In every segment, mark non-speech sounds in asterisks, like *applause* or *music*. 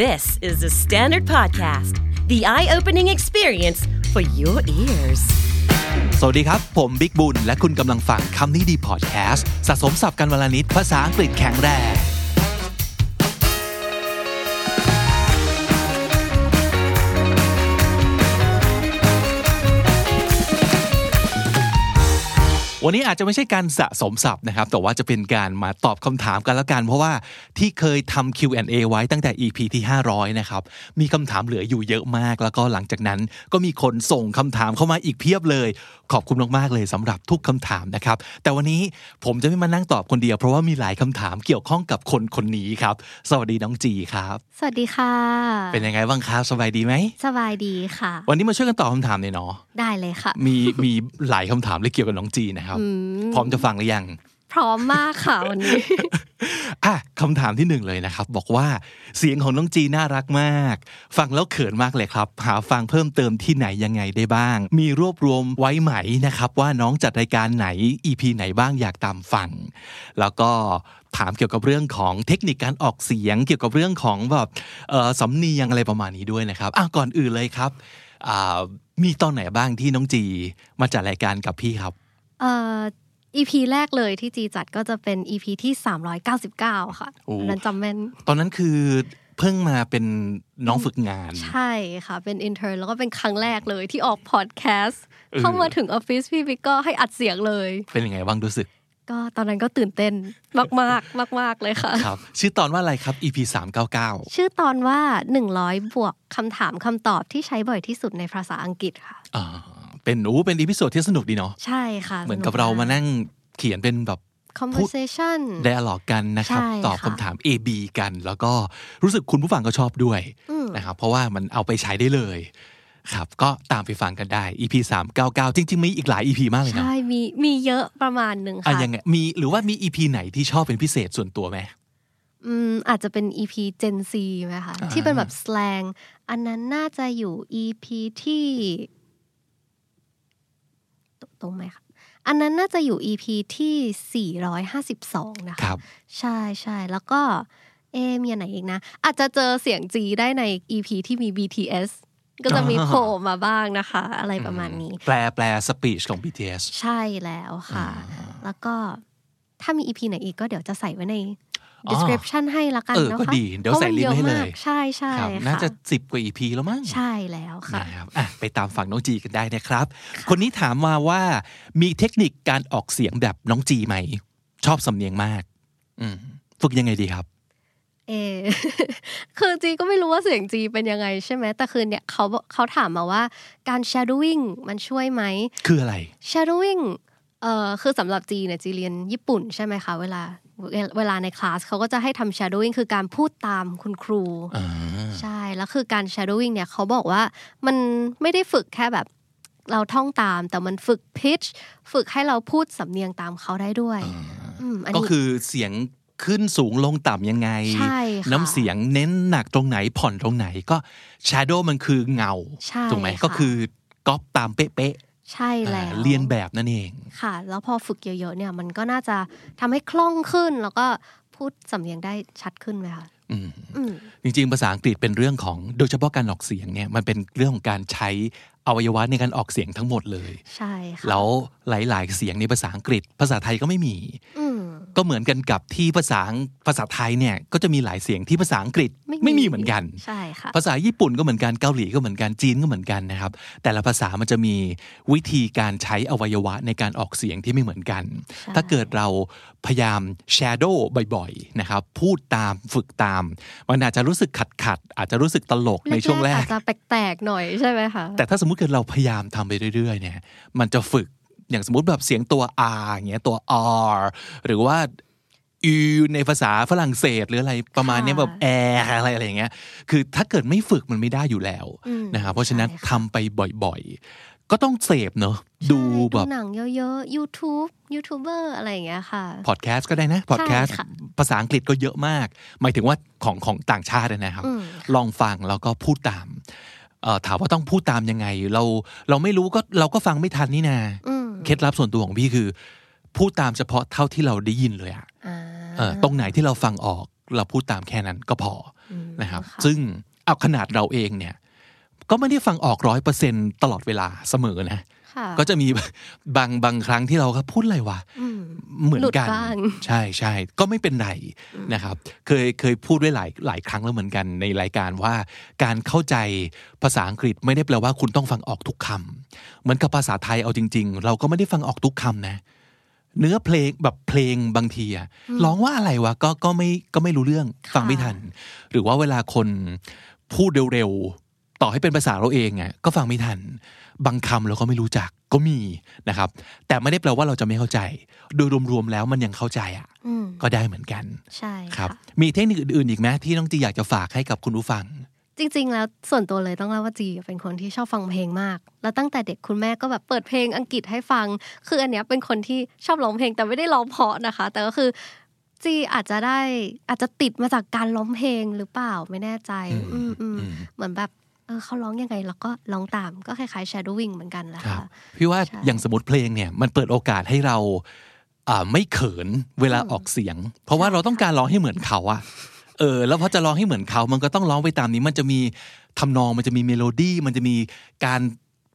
This is the Standard Podcast, the eye opening experience for your ears. สวัสดีครับ ผมบิ๊กบุญ และคุณกำลังฟังคำนี้ดีพอดแคสต์สะสมสับกันวลนิดภาษาอังกฤษแข็งแรง วันนี้อาจจะไม่ใช่การสะสมศัพท์นะครับ แต่ว่าจะเป็นการมาตอบคำถามกันแล้วกัน เพราะว่าที่เคยทำ Q&A ไว้ตั้งแต่ EP ที่ 500 นะครับ มีคำถามเหลืออยู่เยอะมาก แล้วก็หลังจากนั้นก็มีคนส่งคำถามเข้ามาอีกเพียบเลย ขอบคุณมาก ๆ เลยสำหรับทุกคำถามนะครับ แต่วันนี้ผมจะไม่มานั่งตอบคนเดียว เพราะว่ามีหลายคำถามเกี่ยวข้องกับคนคนนี้ครับ สวัสดีน้องจีครับ สวัสดีค่ะ เป็นยังไงบ้างครับสบายดีไหม สบายดีค่ะ วันนี้มาช่วยกันตอบคำถามเนี่อยเนาะ ได้เลยค่ะ มีมีหลายคำถามเลยเกี่ยวกับน้องจีนะครับ พร้อมจะฟังหรือยัง พร้อมมาก *laughs* ค่ะวันนี้ อ่ะคำถามที่หนึ่งเลยนะครับ บอกว่าเสียงของน้องจีน่ารักมาก ฟังแล้วเขินมากเลยครับ หาฟังเพิ่มเติมที่ไหนยังไงได้บ้าง มีรวบรวมไว้ไหมนะครับ ว่าน้องจัดรายการไหน EP ไหนบ้างอยากตามฟัง แล้วก็ถามเกี่ยวกับเรื่องของเทคนิคการออกเสียง เกี่ยวกับเรื่องของแบบเอ่อสำเนียงอะไรประมาณนี้ด้วยนะครับอ่ะก่อนอื่นเลยครับอ่ามีตอนไหนบ้างที่น้องจีมาจัดรายการกับพี่ครับ เอ่อ EP แรกเลยที่จีจัดก็จะเป็น EP ที่ 399 ค่ะ โอ้ อันนั้นจำแม่น ตอนนั้นคือเพิ่งมาเป็นน้องฝึกงาน ใช่ค่ะ เป็นอินเทอร์แล้วก็เป็นครั้งแรกเลยที่ออกพอดแคสต์ เออ เข้ามาถึงออฟฟิศพี่บิ๊กก็ให้อัดเสียงเลย เป็นยังไงบ้างรู้สึก ก็ตอนนั้นก็ตื่นเต้นมาก *laughs* ๆ มาก ๆ เลยค่ะ ครับชื่อตอนว่าอะไรครับ EP 399 ชื่อตอนว่า 100 บวกคำถามคำตอบที่ใช้บ่อยที่สุดในภาษาอังกฤษค่ะ อ่า เป็นโอ้เป็นอีพิโซดที่สนุกดีเนาะ ใช่ค่ะ เหมือนกับเรามานั่งเขียนเป็นแบบ สนุกมาก conversation ไดอะล็อกกันนะครับ ใช่ค่ะ ตอบคำถาม A B กัน แล้วก็รู้สึกคุณผู้ฟังก็ชอบด้วย อืม นะครับ เพราะว่ามันเอาไปใช้ได้เลย ครับ ก็ตามไปฟังกันได้ EP 399 จริง ๆ มีอีกหลาย EP มากเลยนะ ใช่มีมีเยอะประมาณหนึ่ง อ่ะ ค่ะ ยังไงมีหรือว่ามี EP ไหนที่ชอบเป็นพิเศษส่วนตัวไหม อืมอาจจะเป็น EP Gen Z ไหมคะ อ่า ที่เป็นแบบ slang อันนั้นน่าจะอยู่ EP ที่ตตรงไหมคะ อันนั้นน่าจะอยู่ EP ที่ 452 นะ ค คะ รับ ใช่ใช่แล้วก็ เอะมีอันไหนอีกนะ อาจจะเจอเสียงจีได้ใน EP ที่มี BTS ก็จะมี อ่า โผล่มาบ้างนะคะ อะไรประมาณนี้ แปลแปลสปีชของ BTS ใช่แล้วค่ะ แล้วก็ถ้ามี EP ไหนอีกก็เดี๋ยวจะใส่ไว้ใน อ๋อ description ให้ละกัน เออ นะคะ ก็ดีเดี๋ยวใส่ลิงก์ให้เลย พราะมันอะมากใช่ใช่ ครับ ค่ะ น่าจะ 10 กว่า EP แล้วมั้ง ใช่แล้วค่ะ นะครับอ่ะไปตามฝั่งน้องจีกันได้นะครับ คนนี้ถามมาว่ามีเทคนิคการออกเสียงแบบน้องจีไหม ชอบสำเนียงมาก อืมฝึกยังไงดีครับ เออ *laughs* คือจีก็ไม่รู้ว่าเสียงจีเป็นยังไงใช่ไหมแต่คือเนี่ยเขาเขาถามมาว่าการ shadowing มันช่วยไหม คืออะไร shadowing เอ่อคือสำหรับจีเนี่ยจีเรียนญี่ปุ่นใช่ไหมคะ เวลาเวลาเวลาในคลาสเขาก็จะให้ทำ shadowing คือการพูดตามคุณครู อ่า ใช่ แล้วคือการ shadowing เนี่ยเขาบอกว่ามันไม่ได้ฝึกแค่แบบเราท่องตาม แต่มันฝึก pitch ฝึกให้เราพูดสำเนียงตามเขาได้ด้วยมน ก็ นี้ คือเสียงขึ้นสูงลงต่ำยังไง ใช่ค่ะ น้ำเสียงเน้นหนักตรงไหนผ่อนตรงไหนก็ shadow มันคือเงา ใช่ ถูกไหม ค่ะ ก็คือก๊อปตามเป๊ะ ใช่ ๆ แล้ อ่าว เรียนแบบนั่นเอง ค่ะ แล้วพอฝึกเยอะๆเนี่ยมันก็น่าจะทำให้คล่องขึ้น แล้วก็พูดสำเนียงได้ชัดขึ้นไหมคะ อืม อืม จริงๆ ภาษาอังกฤษเป็นเรื่องของโดยเฉพาะการออกเสียงเนี่ยมันเป็นเรื่องของการใช้อวัยวะในการออกเสียงทั้งหมดเลย ใช่ค่ะ แล้วหลาย ๆ เสียงในภาษาอังกฤษ ภาษาไทยก็ไม่มี อืม ก็เหมือนกันกับที่ภาษาภาษาไทยเนี่ยก็จะมีหลายเสียงที่ภาษาอังกฤษไม่มีเหมือนกัน ใช่ค่ะ ภาษาญี่ปุ่นก็เหมือนกันเกาหลีก็เหมือนกันจีนก็เหมือนกันนะครับ แต่ละภาษามันจะมีวิธีการใช้อวัยวะในการออกเสียงที่ไม่เหมือนกัน ถ้าเกิดเราพยายาม shadow บ่อยๆนะครับ พูดตามฝึกตาม มันอาจจะรู้สึกขัดขัดๆอาจจะรู้สึกตลกในช่วงแร ๆ ก อาจจะแปลกๆหน่อยใช่ไหมคะ แต่ถ้าสมมติเกิดเราพยายามทำไปเรื่อย ๆ เนี่ย มันจะฝึกอย่างสมมติแบบเสียงตัว R อย่างเงี้ยตัว R หรือว่า U ในภาษาฝรั่งเศสหรืออะไรประมาณเนี้ย ค่ะ แบบแอร์อะไรอะไรอย่างเงี้ย คือถ้าเกิดไม่ฝึกมันไม่ได้อยู่แล้ว อืม นะครับ เพราะฉะนั้น ใช่ค่ะ ทำไปบ่อยๆ ก็ต้องเสพเนอะดูแบบ ใช่หนังเยอะๆ YouTube ยูทูบเบอร์อะไรอย่างเงี้ยค่ะ พอดแคสต์ก็ได้นะพอดแคสต์ ใช่ค่ะ ภาษาอังกฤษก็เยอะมาก หมายถึงว่าของของต่างชาตินะครับ อืม ลองฟังแล้วก็พูดตามเอ่อถามว่าต้องพูดตามยังไง เราเราไม่รู้ก็เราก็ฟังไม่ทันนี่นา อืม เคล็ดลับส่วนตัวของพี่คือ พูดตามเฉพาะเท่าที่เราได้ยินเลยอะ อ่า เออตรงไหนที่เราฟังออก เราพูดตามแค่นั้นก็พออนะครับ ค่ะ ซึ่งเอาขนาดเราเองเนี่ย ก็ไม่ได้ฟังออกร้อยเปอร์เซ็นตลอดเวลาเสมอนะ ค่ะ ก็จะมี *laughs* บางบางครั้งที่เราก็พูดอะไรวะ อืม เหมือนกัน หลุดบ้าง ใช่ใช่ก็ไม่เป็นไรนะครับ เคยเคยพูดไว้หลายหลายครั้งแล้วเหมือนกันในรายการว่า การเข้าใจภาษาอังกฤษไม่ได้แปลว่าคุณต้องฟังออกทุกคำเหมือนกับภาษาไทยเอาจริง ๆ เราก็ไม่ได้ฟังออกทุกคำนะ เนื้อเพลงแบบเพลงบางทีอะร้องว่าอะไรวะก็ก็ไม่ก็ไม่รู้เรื่องฟังไม่ทัน หรือว่าเวลาคนพูดเร็วๆ ต่อให้เป็นภาษาเราเองอะก็ฟังไม่ทัน บางคำเราก็ไม่รู้จักก็มีนะครับ แต่ไม่ได้แปลว่าเราจะไม่เข้าใจ โดยรวมๆแล้วมันยังเข้าใจอะ อืม ก็ได้เหมือนกัน ใช่ ครั ค่ะ บ มีเทคนิคอื่นๆอีกไหมที่น้องจีอยากจะฝากให้กับคุณผู้ฟัง จริงๆ แล้วส่วนตัวเลยต้องเล่าว่าจีเป็นคนที่ชอบฟังเพลงมาก แล้วตั้งแต่เด็กคุณแม่ก็แบบเปิดเพลงอังกฤษให้ฟัง คืออันเนี้ยเป็นคนที่ชอบร้องเพลงแต่ไม่ได้ร้องเพราะนะคะ แต่ก็คือจีอาจจะได้อาจจะติดมาจากการร้องเพลงหรือเปล่าไม่แน่ใจ อืม อืม อืม เหมือนแบบเออเขาร้องยังไงเราก็ร้องตามก็คล้ายๆ shadowing เหมือนกันแหละ ครับ ค่ะ พี่ว่า ใช่ อย่างสมมติเพลงเนี่ยมันเปิดโอกาสให้เราอ่าไม่เขินเวลาออกเสียง เพราะว่าเราต้องการร้องให้เหมือนเขา *laughs* อะเออ แล้วพอจะร้องให้เหมือนเขา มันก็ต้องร้องไปตามนี้ มันจะมีทำนองมันจะมีเมโลดี้มันจะมีการ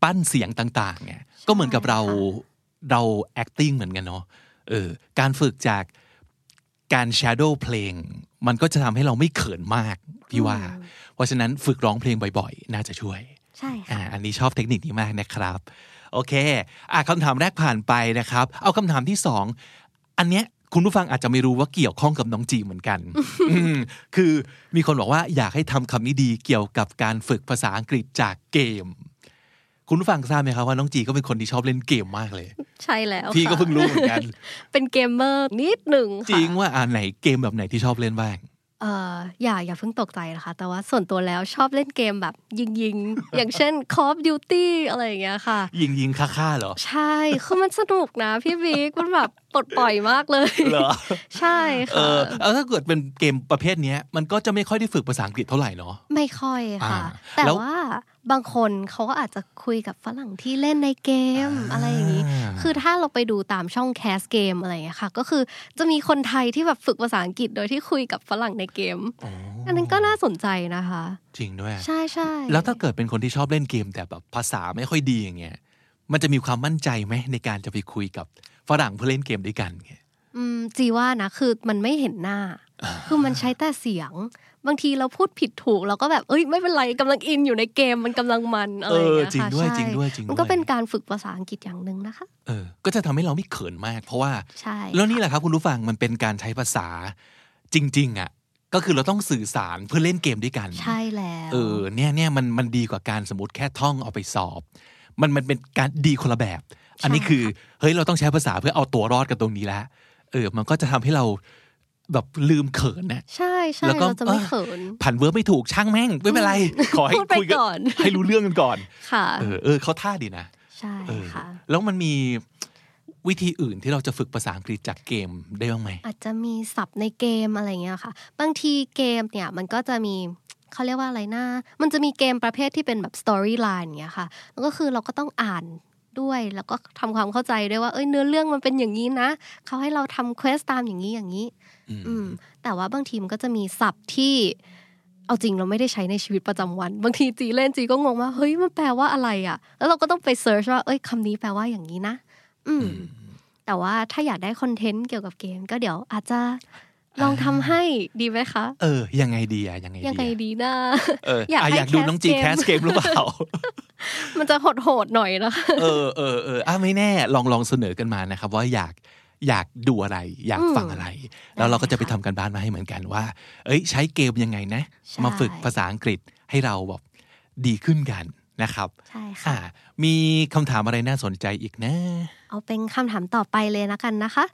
ปั้นเสียงต่างๆไงก็เหมือนกับเรา ค่ เรา acting เหมือนกันเนาะเออการฝึกจากการ shadow เพลง มันก็จะทำให้เราไม่เขินมากพี่ว่า เพราะฉะนั้นฝึกร้องเพลงบ่อยๆ น่าจะช่วย ใช่ อ่า ค่ะ อันนี้ชอบเทคนิคนี้มากนะครับ โอเคอ่ะคำถามแรกผ่านไปนะครับ เอาคำถามที่สองอันเนี้ยคุณผู้ฟังอาจจะไม่รู้ว่าเกี่ยวข้องกับน้องจีเหมือน *laughs* กัน อืมคือมีคนบอกว่าอยากให้ทำคำนี้ดีเกี่ยวกับการฝึกภาษาอังกฤษจากเกม คุณผู้ฟังทราบไหมครับว่าน้องจีก็เป็นคนที่ชอบเล่นเกมมากเลย ใช่แล้ว พี่ก็ ค่ะ เพิ่งรู้เหมือนกัน เป็นเกมเมอร์นิดหนึ่งค่ะ จริงว่าอ่าไหนเกมแบบไหนที่ชอบเล่นบ้าง เอ่ออย่าอย่าเพิ่งตกใจนะคะ แต่ว่าส่วนตัวแล้วชอบเล่นเกมแบบยิงยิงๆ *laughs* อย่างเช่น Call of Duty อะไรอย่างเงี้ยค่ะ ยิงยิงๆฆ่าๆเหรอ ใช่ คือมันสนุกนะพี่บิ๊กมันแบบปลดปล่อยมากเลย เหรอ *laughs* ใช่ เออค่ะเอาถ้าเกิดเป็นเกมประเภทเนี้ยมันก็จะไม่ค่อยได้ฝึกภาษาอังกฤษเท่าไหร่เนาะ ไม่ค่อยค่ะ อ่า แต่ แล้ว ว่าบางคนเขาก็อาจจะคุยกับฝรั่งที่เล่นในเกม อ่า อะไรอย่างนี้ คือถ้าเราไปดูตามช่องแคสเกมอะไรอย่างเงี้ยค่ะ ก็คือจะมีคนไทยที่แบบฝึกภาษาอังกฤษโดยที่คุยกับฝรั่งในเกม อันนั้นก็น่าสนใจนะคะ จริงด้วย ใช่ใช่ แล้วถ้าเกิดเป็นคนที่ชอบเล่นเกมแต่แบบภาษาไม่ค่อยดีอย่างเงี้ย มันจะมีความมั่นใจไหมในการจะไปคุยกับฝรั่งเพื่อเล่นเกมด้วยกันเงี้ย อืมจีว่านะคือมันไม่เห็น *laughs* หน้า คือมันใช้แต่เสียง บางทีเราพูดผิดถูกเราก็แบบเอ้ยไม่เป็นไรกำลังอินอยู่ในเกมมันกำลังมันอะไรอย่างเอเงี้ยอจริง ค่ะ ด้วย ใช่ จริงด้วยจริงด้วย มันก็เป็นการฝึกภาษาอังกฤษอย่างหนึ่งนะคะ เออ ก็จะทำให้เราไม่เขินมาก เพราะว่า ใช่ แล้วนี่แหละครับคุณผู้ฟังมันเป็นการใช้ภาษาจริง ๆ อ่ะ ก็คือเราต้องสื่อสารเพื่อเล่นเกมด้วยกัน ใช่แล้ว เออเนี่ยเนี่ยมันมันดีกว่าการสมมติแค่ท่องเอาไปสอบ มันมันเป็นการดีคนละแบบ อันนี้คือเฮ้ยเราต้องใช้ภาษาเพื่อเอาตัวรอดกันตรงนี้แล้วเออ มันก็จะทำให้เราแบบลืมเขินนะ ใช่ใช่ แล้วก็ เราจะไม่ เออ เขิน ผันเวิร์บไม่ถูกช่างแม่ง ไม่เป็นไร ขอให้ พูดไป คุยกั ก่อน ให้รู้เรื่องกันก่อน ค่ะ เออเออเขาท่าดีนะ ใช่ เออ ค่ะ แล้วมันมีวิธีอื่นที่เราจะฝึกภาษาอังกฤษจากเกมได้บ้างไหม อาจจะมีศัพท์ในเกมอะไรเงี้ยค่ะ บางทีเกมเนี่ยมันก็จะมีเขาเรียกว่าอะไรนะมันจะมีเกมประเภทที่เป็นแบบสตอรี่ไลน์เงี้ยค่ะแล้วก็คือเราก็ต้องอ่านด้วยแล้วก็ทำความเข้าใจด้วยว่าเอ้ยเนื้อเรื่องมันเป็นอย่างนี้นะเขาให้เราทำเควสตามอย่างนี้อย่างนี้ อืม อืม แต่ว่าบางทีมันก็จะมีศัพท์ที่ เอาจริงเราไม่ได้ใช้ในชีวิตประจำวัน บางทีจีเล่นจีก็งงว่าเฮ้ยมันแปลว่าอะไรอะแล้วเราก็ต้องไปเซิร์ชว่าเอ้ยคำนี้แปลว่าอย่างนี้นะอืม แต่ว่าถ้าอยากได้คอนเทนต์เกี่ยวกับเกม ก็เดี๋ยวอาจจะลองทำให้ดีไหมคะ เออ ยังไงดีอะยังไง ยังไง ดีอะ ดีนะ *laughs* เออ อยาก อ่ะ ให้ อยากดู แคส น้องจี เกม แคสเกมหรือเปล่า มันจะโหดๆหน่อยนะคะ เออเออเอออ่ะไม่แน่ลองลองเสนอกันมานะครับ ว่าอยากอยากดูอะไร อยาก อืม ฟังอะไร แล้วเราก็จะไป ได้ ทำ ค่ะ กันบ้านมาให้เหมือนกันว่า เอ้ย ใช้เกมยังไงนะ ใช่ มาฝึกภาษาอังกฤษให้เราแบบดีขึ้นกันนะครับ ใช่ค่ะ อ่ะมีคำถามอะไรน่าสนใจอีกนะ เอาเป็นคำถามต่อไปเลยนะกันนะคะ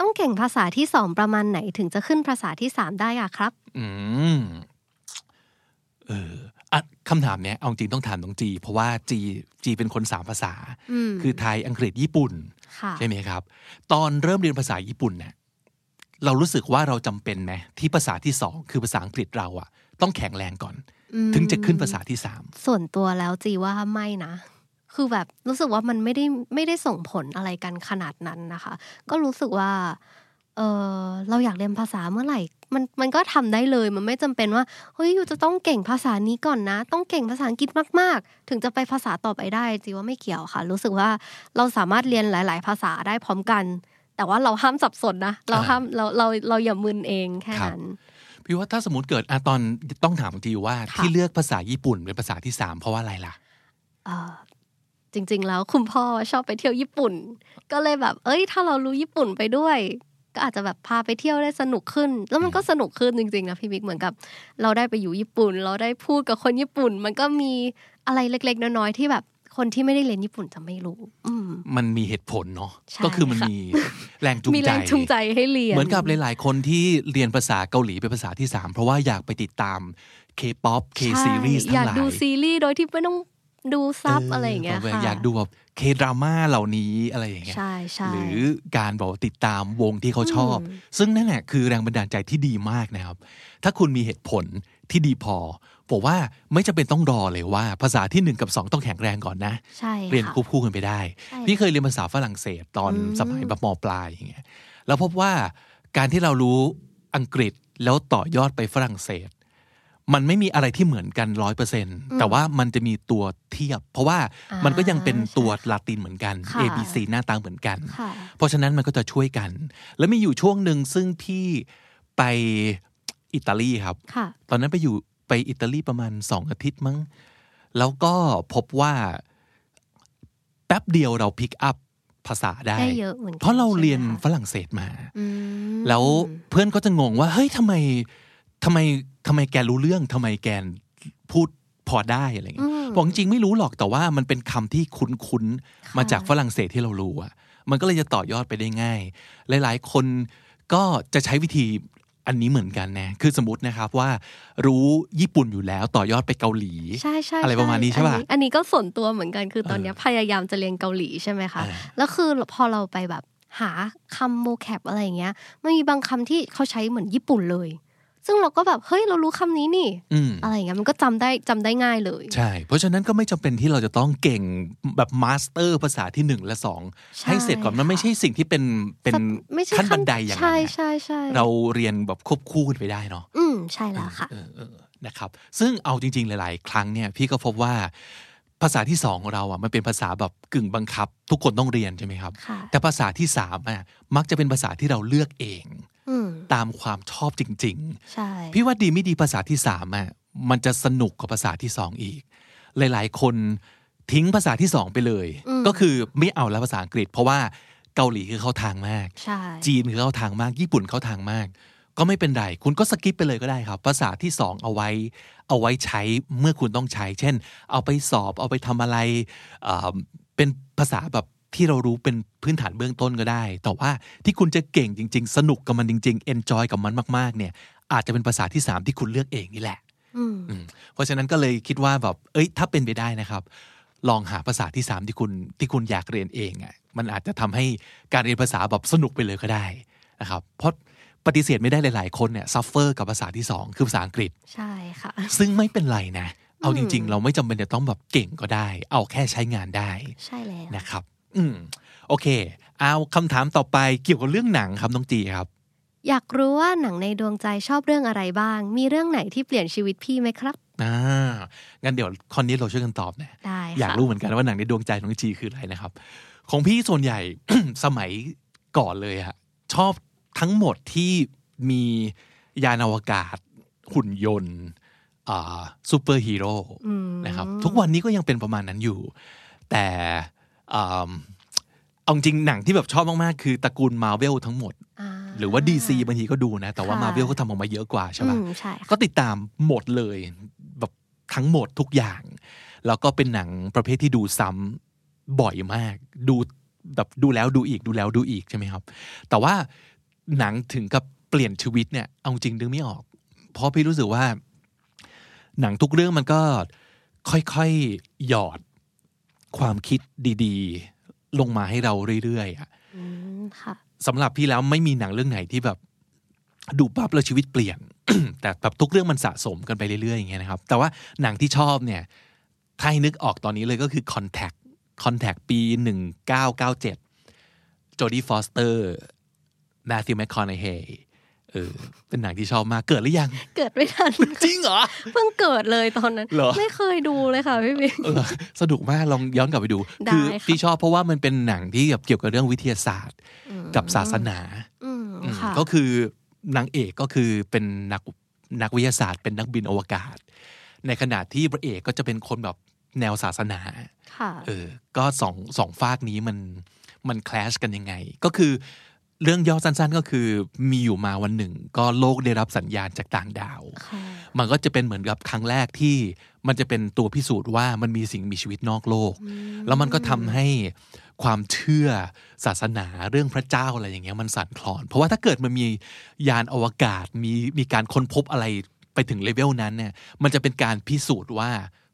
ต้องเก่งภาษาที่สองประมาณไหนถึงจะขึ้นภาษาที่สามได้อะครับ อืมเอออ่ะคำถามเนี้ยเอาจริงต้องถามน้องจี เพราะว่าจีจีเป็นคนสามภาษา อืม คือไทยอังกฤษญี่ปุ่น ค่ะ ใช่ไหมครับ ตอนเริ่มเรียนภาษาญี่ปุ่นเนี่ยเรารู้สึกว่าเราจำเป็นไหมที่ภาษาที่สองคือภาษาอังกฤษเราอะต้องแข็งแรงก่อน อืม ถึงจะขึ้นภาษาที่สาม ส่วนตัวแล้วจีว่าไม่นะ คือแบบรู้สึกว่ามันไม่ได้ไม่ได้ส่งผลอะไรกันขนาดนั้นนะคะ ก็รู้สึกว่า เออเราอยากเรียนภาษาเมื่อไหร่ มันมันก็ทำได้เลยมันไม่จำเป็นว่าเฮ้ยอยู่จะต้องเก่งภาษานี้ก่อนนะ ต้องเก่งภาษาอังกฤษมากๆ ถึงจะไปภาษาต่อไปได้จีว่าไม่เกี่ยวค่ะ รู้สึกว่าเราสามารถเรียนหลาย ๆ ภาษาได้พร้อมกัน แต่ว่าเราห้ามสับสนนะเรา อ่า ห้ามเราเราเราอย่ามึนเองแค่ ครับ นั้น พี่ว่าถ้าสมมติเกิดอะตอนต้องถามทีว่า ค่ะ ที่เลือกภาษาญี่ปุ่นเป็นภาษาที่สามเพราะว่าอะไรล่ะ เอ่อจริงๆ แล้วคุณพ่อชอบไปเที่ยวญี่ปุ่น ก็เลยแบบ เอ้ย ถ้าเรารู้ญี่ปุ่นไปด้วย ก็อาจจะแบบพาไปเที่ยวได้สนุกขึ้น แล้วมันก็สนุกขึ้นจริงๆนะพี่บิ๊กเหมือนกับ เราได้ไปอยู่ญี่ปุ่น เราได้พูดกับคนญี่ปุ่น มันก็มีอะไรเล็กๆ น้อยๆที่แบบคนที่ไม่ได้เรียนญี่ปุ่นจะไม่รู้ อืม มันมีเหตุผลเนาะ ใช่ ก็คือมัน ค่ะ มีแรงจูง มี ใจ แรงจูงใจให้เรียน เหมือนกับหลาย ๆ คนที่เรียนภาษาเกาหลีเป็นภาษาที่ 3 เพราะว่าอยากไปติดตาม K-POP ใช่ K-series ทั้ อง ยาก หลาย ดูซีรีส์โดยที่ไม่ต้องดูซับอะไรอย่างเงี้ย แบบ ค่ะ อยากดูแบบ K-drama เหล่านี้อะไรอย่างเงี้ย ใช่ใช่ หรือการบอกว่าติดตามวงที่เขาชอบ อืม ซึ่งนั่นแหละคือแรงบันดาลใจที่ดีมากนะครับ ถ้าคุณมีเหตุผลที่ดีพอผมว่าไม่จำเป็นต้องรอเลยว่า ภาษาที่หนึ่งกับสองต้องแข็งแรงก่อนนะ ใช่ค่ะ เรียนควบคู่กันไปได้ ใช่ค่ะ พี่เคยเรียนภาษาฝรั่งเศสตอน อืม สมัยแบบมปลายอย่างเงี้ย แล้วพบว่าการที่เรารู้อังกฤษแล้วต่อยอดไปฝรั่งเศส มันไม่มีอะไรที่เหมือนกันร้อยเปอร์เซ็นแต่ว่ามันจะมีตัวเทียบ เพราะว่ามันก็ยังเป็นตัวลาตินเหมือนกัน A B C หน้าตาเหมือนกัน ค่ะ เพราะฉะนั้นมันก็จะช่วยกัน แล้วมีอยู่ช่วงหนึ่งซึ่งพี่ไปอิตาลีครับ ค่ะ ตอนนั้นไปอยู่ไปอิตาลีประมาณสองอาทิตย์มั้ง แล้วก็พบว่าแป๊บเดียวเราพิกอัพภาษาได้ ได้เยอะเหมือนกัน เพราะเราเรียน ใช่ไหมคะ ฝรั่งเศสมา อืม แล้วเพื่อนก็จะงงว่า เฮ้ยทำไมทำไมทำไมแกรู้เรื่องทำไมแกพูดพอได้อะไรอย่างเงี้ย อืม บอกจริงๆไม่รู้หรอกแต่ว่ามันเป็นคำที่คุ้นๆ ะ มาจากฝรั่งเศสที่เรารู้อะมันก็เลยจะต่อยอดไปได้ง่าย หลายๆ คนก็จะใช้วิธีอันนี้เหมือนกันนะ คือสมมตินะครับว่ารู้ญี่ปุ่นอยู่แล้วต่อยอดไปเกาหลี ใช่ใช่ อะไรประมาณนี้ใช่ปะ อัอันนี้ก็ส่วนตัวเหมือนกันคือตอนเนี้ย เออ พยายามจะเรียนเกาหลีใช่ไหมคะ อ่า แล้วคือพอเราไปแบบหาคำโมแคปอะไรอย่างเงี้ยมันมีบางคำที่เขาใช้เหมือนญี่ปุ่นเลย ซึ่งเราก็แบบเฮ้ยเรารู้คำนี้นี่ อืม อะไรอย่างเงี้ยมันก็จำได้จำได้ง่ายเลย ใช่ เพราะฉะนั้นก็ไม่จำเป็นที่เราจะต้องเก่งแบบมาสเตอร์ภาษาที่หนึ่งและสอง ใช่ ให้เสร็จก่อนมัน ค่ะ ไม่ใช่สิ่งที่เป็นเป็น สักไม่ใช่ ขั้นบันไดอย่าง ใช่ นั้นนะ ใช่ใช่ เราเรียนแบบควบคู่กันไปได้เนาะ อืมใช่แล้วค่ะ เออเออนะครับ ซึ่งเอาจริง ๆ หลาย ๆ ครั้งเนี่ยพี่ก็พบว่าภาษาที่สองของเราอ่ะมันเป็นภาษาแบบกึ่งบังคับ ทุกคนต้องเรียนใช่ไหมครับ ค่ะ แต่ภาษาที่สามอ่ะมักจะเป็นภาษาที่เราเลือกเอง อืม ตามความชอบจริง ๆ ใช่ พี่ว่าดีไม่ดีภาษาที่สามอ่ะมันจะสนุกกว่าภาษาที่สองอีก หลายๆ คนทิ้งภาษาที่สองไปเลย ก็คือไม่เอาแล้วภาษาอังกฤษ เพราะว่าเกาหลีคือเข้าทางมาก ใช่ จีนคือเข้าทางมาก ญี่ปุ่นเข้าทางมาก ก็ไม่เป็นไร คุณก็สกิปไปเลยก็ได้ครับ ภาษาที่สองเอาไว้ เอาไว้ใช้เมื่อคุณต้องใช้ เช่น เอาไปสอบเอาไปทำอะไรเอ่อเป็นภาษาแบบที่เรารู้เป็นพื้นฐานเบื้องต้นก็ได้ แต่ว่าที่คุณจะเก่งจริง ๆ สนุกกับมันจริงๆ enjoy กับมันมากๆ เนี่ย อาจจะเป็นภาษาที่สามที่คุณเลือกเองนี่แหละ อืม อืมเพราะฉะนั้นก็เลยคิดว่าแบบ เอ้ย ถ้าเป็นไปได้นะครับ ลองหาภาษาที่สามที่คุณที่คุณอยากเรียนเองอ่ะ มันอาจจะทำให้การเรียนภาษาแบบสนุกไปเลยก็ได้นะครับ เพราะปฏิเสธไม่ได้หลาย ๆ คนเนี่ยซัฟเฟอร์กับภาษาที่สองคือภาษาอังกฤษ ใช่ค่ะ ซึ่งไม่เป็นไรนะ เอาจริง อื ๆ ม เราไม่จำเป็นจะต้องแบบเก่งก็ได้ เอาแค่ใช้งานได้ ใช่แล้ว นะครับ อืม โอเค เอาคำถามต่อไปเกี่ยวกับเรื่องหนังครับน้องจีครับ อยากรู้ว่าหนังในดวงใจชอบเรื่องอะไรบ้าง มีเรื่องไหนที่เปลี่ยนชีวิตพี่ไหมครับ อ่า งั้นเดี๋ยวคอนนี้เราช่วยกันตอบนะ ได้ค่ะ อยากรู้เหมือนกันว่าหนังในดวงใจของจีคืออะไรนะครับ ของพี่ส่วนใหญ่ *coughs* สมัยก่อนเลยอะชอบทั้งหมดที่มียานอวกาศ หุ่นยนต์อ่าซูเปอร์ฮีโร่ อืม นะครับ ทุกวันนี้ก็ยังเป็นประมาณนั้นอยู่ แต่อ่าเอาจริงหนังที่แบบชอบมาก ๆ คือตระกูลมาเวลทั้งหมด อ่า หรือว่า DC บางทีก็ดูนะ แต่ว่า ค่ะ มาเวลก็ทำออกมาเยอะกว่าใช่ปะ อืมใช่ค่ะ ก็ติดตามหมดเลยแบบทั้งหมดทุกอย่าง แล้วก็เป็นหนังประเภทที่ดูซ้ำบ่อยมาก ดูแบบดูแล้วดูอีกดูแล้วดูอีกใช่ไหมครับ แต่ว่าหนังถึงกับเปลี่ยนชีวิตเนี่ยเอาจริงดึงไม่ออก เพราะพี่รู้สึกว่า หนังทุกเรื่องมันก็ค่อยๆหยอดความคิดดีๆ ลงมาให้เราเรื่อยๆอะ อืมค่ะ สำหรับพี่แล้วไม่มีหนังเรื่องไหนที่แบบดูปั๊บแล้วชีวิตเปลี่ยน *coughs* แต่แบบทุกเรื่องมันสะสมกันไปเรื่อยๆอย่างเงี้ยนะครับ แต่ว่าหนังที่ชอบเนี่ยถ้าให้นึกออกตอนนี้เลยก็คือ Contact Contact ปี 1997 จอร์ดี้ฟอสเตอร์ Matthew McConaughey เออเป็นหนังที่ชอบมากเกิดหรือยัง เกิดไม่ทัน *laughs* จริงเหรอ เพิ่งเกิดเลยตอนนั้น เหรอ ไม่เคยดูเลยค่ะพี่บิ๊ก เออสนุกมากลองย้อนกลับไปดู ได้ คื ค่ะ ที่ชอบเพราะว่ามันเป็นหนังที่แบบเกี่ยวกับเรื่องวิทยาศาสตร์ กับศาสนา อืม อืม ค่ะ ก็คือนางเอกก็คือเป็นนักนักวิทยาศาสตร์ เป็นนักบินอวกาศ ในขณะที่พระเอกก็จะเป็นคนแบบแนวศาสนา ค่ะ เออ ก็สองสองฝากนี้มันมันคลชกันยังไง ก็คือเรื่องย่อสั้นๆ ก็คือมีอยู่มาวันหนึ่ง ก็โลกได้รับสัญญาณจากต่างดาว ค่ะ มันก็จะเป็นเหมือนกับครั้งแรกที่มันจะเป็นตัวพิสูจน์ว่ามันมีสิ่งมีชีวิตนอกโลก แล้วมันก็ทำให้ความเชื่อศาสนาเรื่องพระเจ้าอะไรอย่างเงี้ยมันสั่นคลอน เพราะว่าถ้าเกิดมันมียานอวกาศมีมีการค้นพบอะไรไปถึงเลเวลนั้นเนี่ยมันจะเป็นการพิสูจน์ว่า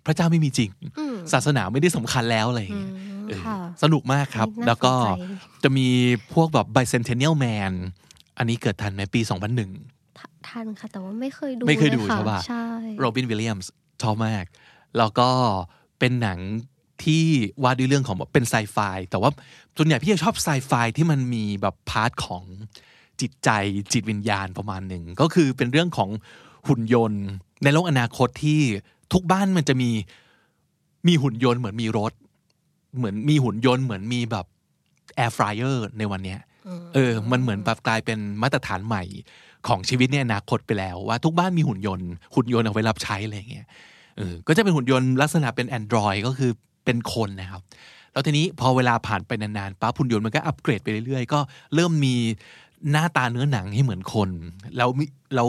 พระเจ้าไม่มีจริง อืม ศาสนาไม่ได้สำคัญแล้วอะไรอย่างเงี้ย อืม เออ ค่ะ สนุกมากครับ น่าสนใจ แล้วก็จะมีพวกแบบ bicentennial man อันนี้เกิดทันไหมปี 2001 ททันค่ะ แต่ว่าไม่เคยดู ไม่เคยดู ละ ใช่ปะ ใช่ โรบินวิลเลียมส์ชอบมาก แล้วก็เป็นหนังที่ว่าด้วยเรื่องของแบบเป็นไซไฟแต่ว่าส่วนใหญ่พี่จะชอบไซไฟที่มันมีแบบพาร์ทของจิตใจจิตวิญญาณประมาณหนึ่ง ก็คือเป็นเรื่องของหุ่นยนต์ ในโลกอนาคตที่ทุกบ้านมันจะมีมีหุ่นยนต์เหมือนมีรถ เหมือนมีหุ่นยนต์เหมือนมีแบบแอร์ฟรายเออร์ในวันเนี้ย เออ มันเหมือนแบบกลายเป็นมาตรฐานใหม่ของชีวิตในอนาคตไปแล้ว ว่าทุกบ้านมีหุ่นยนต์ หุ่นยนต์เอาไว้รับใช้อะไรอย่างเงี้ย เออ ก็จะเป็นหุ่นยนต์ลักษณะเป็น Android ก็คือเป็นคนนะครับ แล้วทีนี้พอเวลาผ่านไปนานๆปั๊บหุ่นยนต์มันก็อัปเกรดไปเรื่อยๆ ก็เริ่มมีหน้าตาเนื้อหนังให้เหมือนคน แล้วมิแล้ว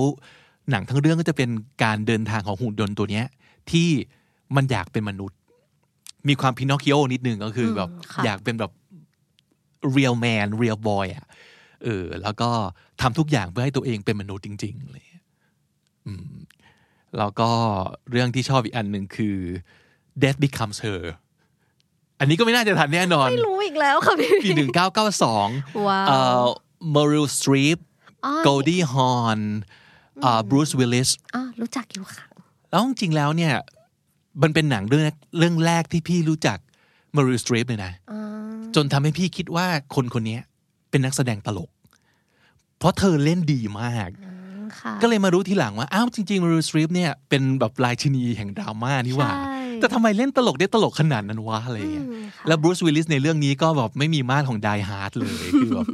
หนังทั้งเรื่องก็จะเป็นการเดินทางของหุ่นยนต์ตัวเนี้ยที่มันอยากเป็นมนุษย์ มีความพินอคคิโอนิดนึงก็คืออ ม แบบ ค่ะ อยากเป็นแบบ real man real boy อ่ะ เออ แล้วก็ทำทุกอย่างเพื่อให้ตัวเองเป็นมนุษย์จริงๆเลยอืมแล้วก็เรื่องที่ชอบอีกอันหนึ่งคือ death becomes her อันนี้ก็ไม่น่าจะทันแน่นอน ไม่รู้อีกแล้วค่ะพี่ ปีหนึ่งเก้าเก้าสอง ว้า เอ่ ว อมาริลสตรีป อ้อย โกลดี้ฮอนเอ่อบรูซวิลลิส อ่ะรู้จักอยู่ค่ะ แล้วจริงๆแล้วเนี่ย มันเป็นหนังเรื่องเรื่องแรกที่พี่รู้จักมาริลสตรีปเลยนะ อ่า จนทำให้พี่คิดว่าคนคนนี้เป็นนักแสดงตลก เพราะเธอเล่นดีมาก ค่ะ ก็เลยมารู้ทีหลังว่า อ้าวจริงๆมารูสตรีปเนี่ยเป็นแบบรายชินีแห่งดราม่านี่หว่า ใช่ แต่ทำไมเล่นตลกได้ตลกขนาดนั้นวะอะไรอย่างเงี้ย อืมค่ะ แล้วบรูซวิลลิสในเรื่องนี้ก็แบบไม่มีมาตรของไดฮาร์ดเลย คือแบบ